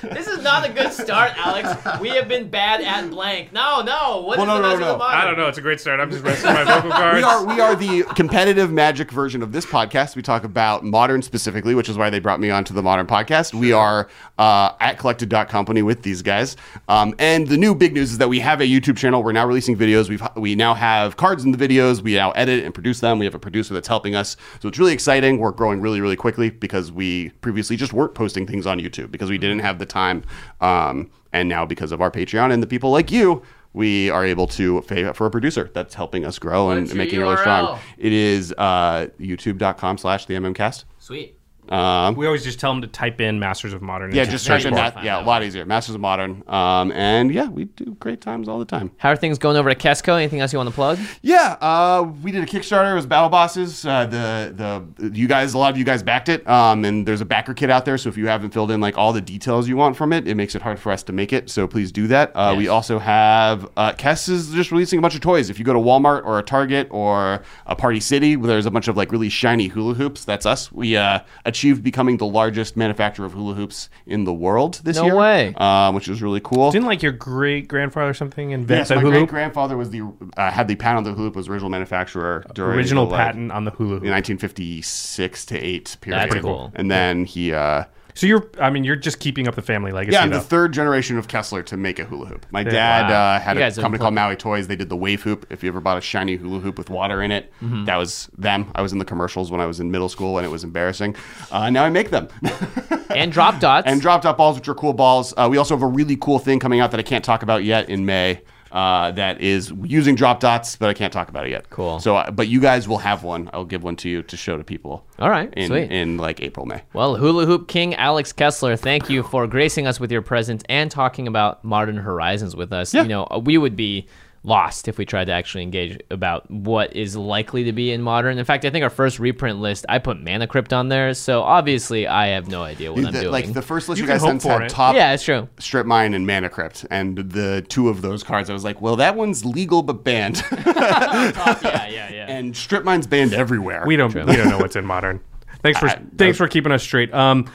S1: This is not a good start, Alex. We have been bad at blank. No, no. What
S3: Well, is no, the no, Magic no. of Modern?
S2: I don't know. It's a great start. I'm just resting my vocal cards.
S3: we are we are the competitive magic version of this podcast. We talk about modern specifically, which is why they brought me onto the modern podcast. We are uh, at collected.company with these guys. Um, and the new big news is that we have a YouTube channel. We're now releasing videos. We've we now have cards in the videos. We now edit and produce them. We have a producer that's helping us. So it's really exciting. We're growing really really quickly because we previously just weren't posting things on YouTube because we didn't have the time. Um, and now because of our Patreon and the people like you. We are able to pay for a producer that's helping us grow and
S1: What's your
S3: making it really
S1: URL?
S3: strong. It is uh, youtube.com slash the MMcast.
S1: Sweet.
S3: Um,
S2: We always just tell them to type in Masters of Modern.
S3: yeah,
S2: into
S3: just
S2: the
S3: type
S2: search
S3: in
S2: bar.
S3: that. Yeah, a lot easier. Masters of Modern. Um, and yeah, we do great times all the time.
S1: How are things going over at Kesco? Anything else you want to plug?
S3: Yeah, uh, we did a Kickstarter. It was Battle Bosses. Uh, the the you guys, a lot of you guys backed it. Um, and there's a backer kit out there. So if you haven't filled in like all the details you want from it, it makes it hard for us to make it. So please do that. Uh, We also have uh, Kess is just releasing a bunch of toys. If you go to Walmart or a Target or a Party City, where there's a bunch of like really shiny hula hoops. That's us. We uh, a achieved becoming the largest manufacturer of hula hoops in the world this
S1: No
S3: year.
S1: way.
S3: Um, which is really cool.
S2: Didn't like your great grandfather or something invent
S3: Yes,
S2: the
S3: my
S2: hula
S3: great
S2: hoop?
S3: grandfather was the uh, had the patent on the hula hoop was the original manufacturer during
S2: Original
S3: the, like,
S2: patent on the hula
S3: the
S2: hoop.
S3: 1956 to eight period.
S1: That's pretty cool.
S3: And then he, uh,
S2: So you're, I mean, you're just keeping up the family legacy.
S3: yeah, I'm
S2: though.
S3: the third generation of Kessler to make a hula hoop. My dad
S1: Wow.
S3: uh, had
S1: You
S3: a
S1: guys have
S3: company called
S1: pl-
S3: Maui Toys. They did the wave hoop. If you ever bought a shiny hula hoop with water in it,
S1: Mm-hmm.
S3: that was them. I was in the commercials when I was in middle school, and it was embarrassing. Uh, now I make them.
S1: and drop dots.
S3: and drop top balls, which are cool balls. Uh, we also have a really cool thing coming out that I can't talk about yet in May. Uh, that is using drop dots, but I can't talk about it yet.
S1: Cool.
S3: So, uh, but you guys will have one. I'll give one to you to show to people.
S1: All right,
S3: In,
S1: sweet.
S3: in like April, May.
S1: Well, hula hoop king Alex Kessler, thank you for gracing us with your presence and talking about modern horizons with us. You know, we would be lost if we tried to actually engage about what is likely to be in modern. In fact, I think our first reprint list, I put Mana Crypt on there, so obviously I have no idea what I'm
S3: The-
S1: doing.
S3: like the first list
S2: You
S3: you,
S2: can
S3: guys
S2: hope
S3: sent
S2: for
S3: had
S2: it.
S3: top
S1: yeah, it's true.
S3: strip mine and mana crypt, and the two of those cards. I was like, well, that one's legal but banned,
S1: Yeah, yeah, yeah.
S3: and strip mine's banned everywhere.
S2: We don't we don't know what's in modern. Thanks for thanks for keeping us straight. Um,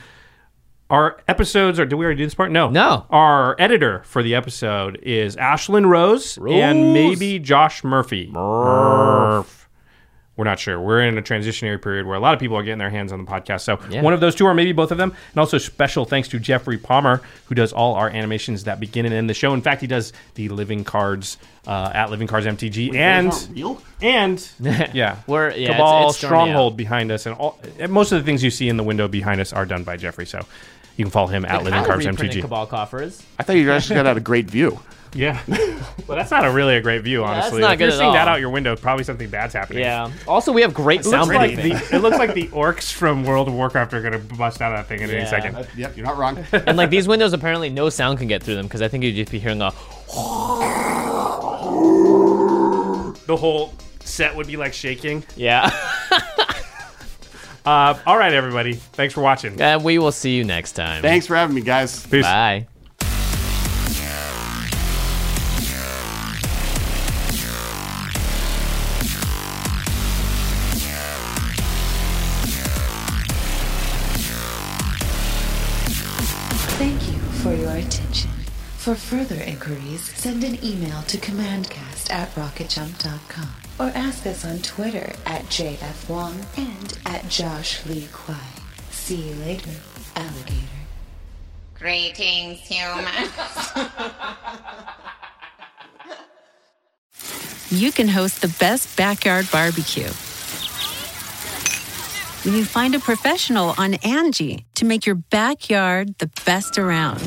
S2: our episodes are. Did we already do this part? No,
S1: No.
S2: Our editor for the episode is Ashlyn Rose, and maybe Josh Murphy. Murph. We're not sure. We're in a transitionary period where a lot of people are getting their hands on the podcast. So one of those two, or maybe both of them. And also special thanks to Jeffrey Palmer, who does all our animations that begin and end the show. In fact, he does the Living Cards uh, at Living Cards MTG and
S3: Those aren't real.
S2: and yeah,
S1: We're- yeah, it's-
S2: Cabal
S1: it's stormy
S2: Stronghold behind us, and all and most of the things you see in the window behind us are done by Jeffrey. So you can follow him at Living
S1: I'll
S2: Carbs
S1: reprint
S2: MTG.
S1: Cabal coffers.
S3: I thought you guys just got out a great view.
S2: Yeah, well, that's not a really a great view,
S1: that's
S2: honestly.
S1: not
S2: if you're
S1: good at
S2: seeing that
S1: all.
S2: out your window, probably something bad's happening.
S1: Yeah. Also, we have great
S2: It looks,
S1: sound
S2: like
S1: like
S2: the, it looks like the orcs from World of Warcraft are going to bust out of that thing in any
S1: Yeah.
S2: second.
S3: Yep, you're not wrong.
S1: And like these windows, apparently no sound can get through them because I think you'd just be hearing a
S2: The whole set would be like shaking.
S1: yeah.
S2: Uh, all right, everybody. Thanks for watching.
S1: and we will see you next time.
S3: Thanks for having me, guys.
S2: Peace.
S1: Bye.
S6: Thank you for your attention. For further inquiries, send an email to commandcast at rocketjump.com or ask us on Twitter at JF Wong and at Josh Lee Kwai. See you later, alligator.
S7: Greetings, humans.
S5: you can host the best backyard barbecue. When you find a professional on Angie to make your backyard the best around.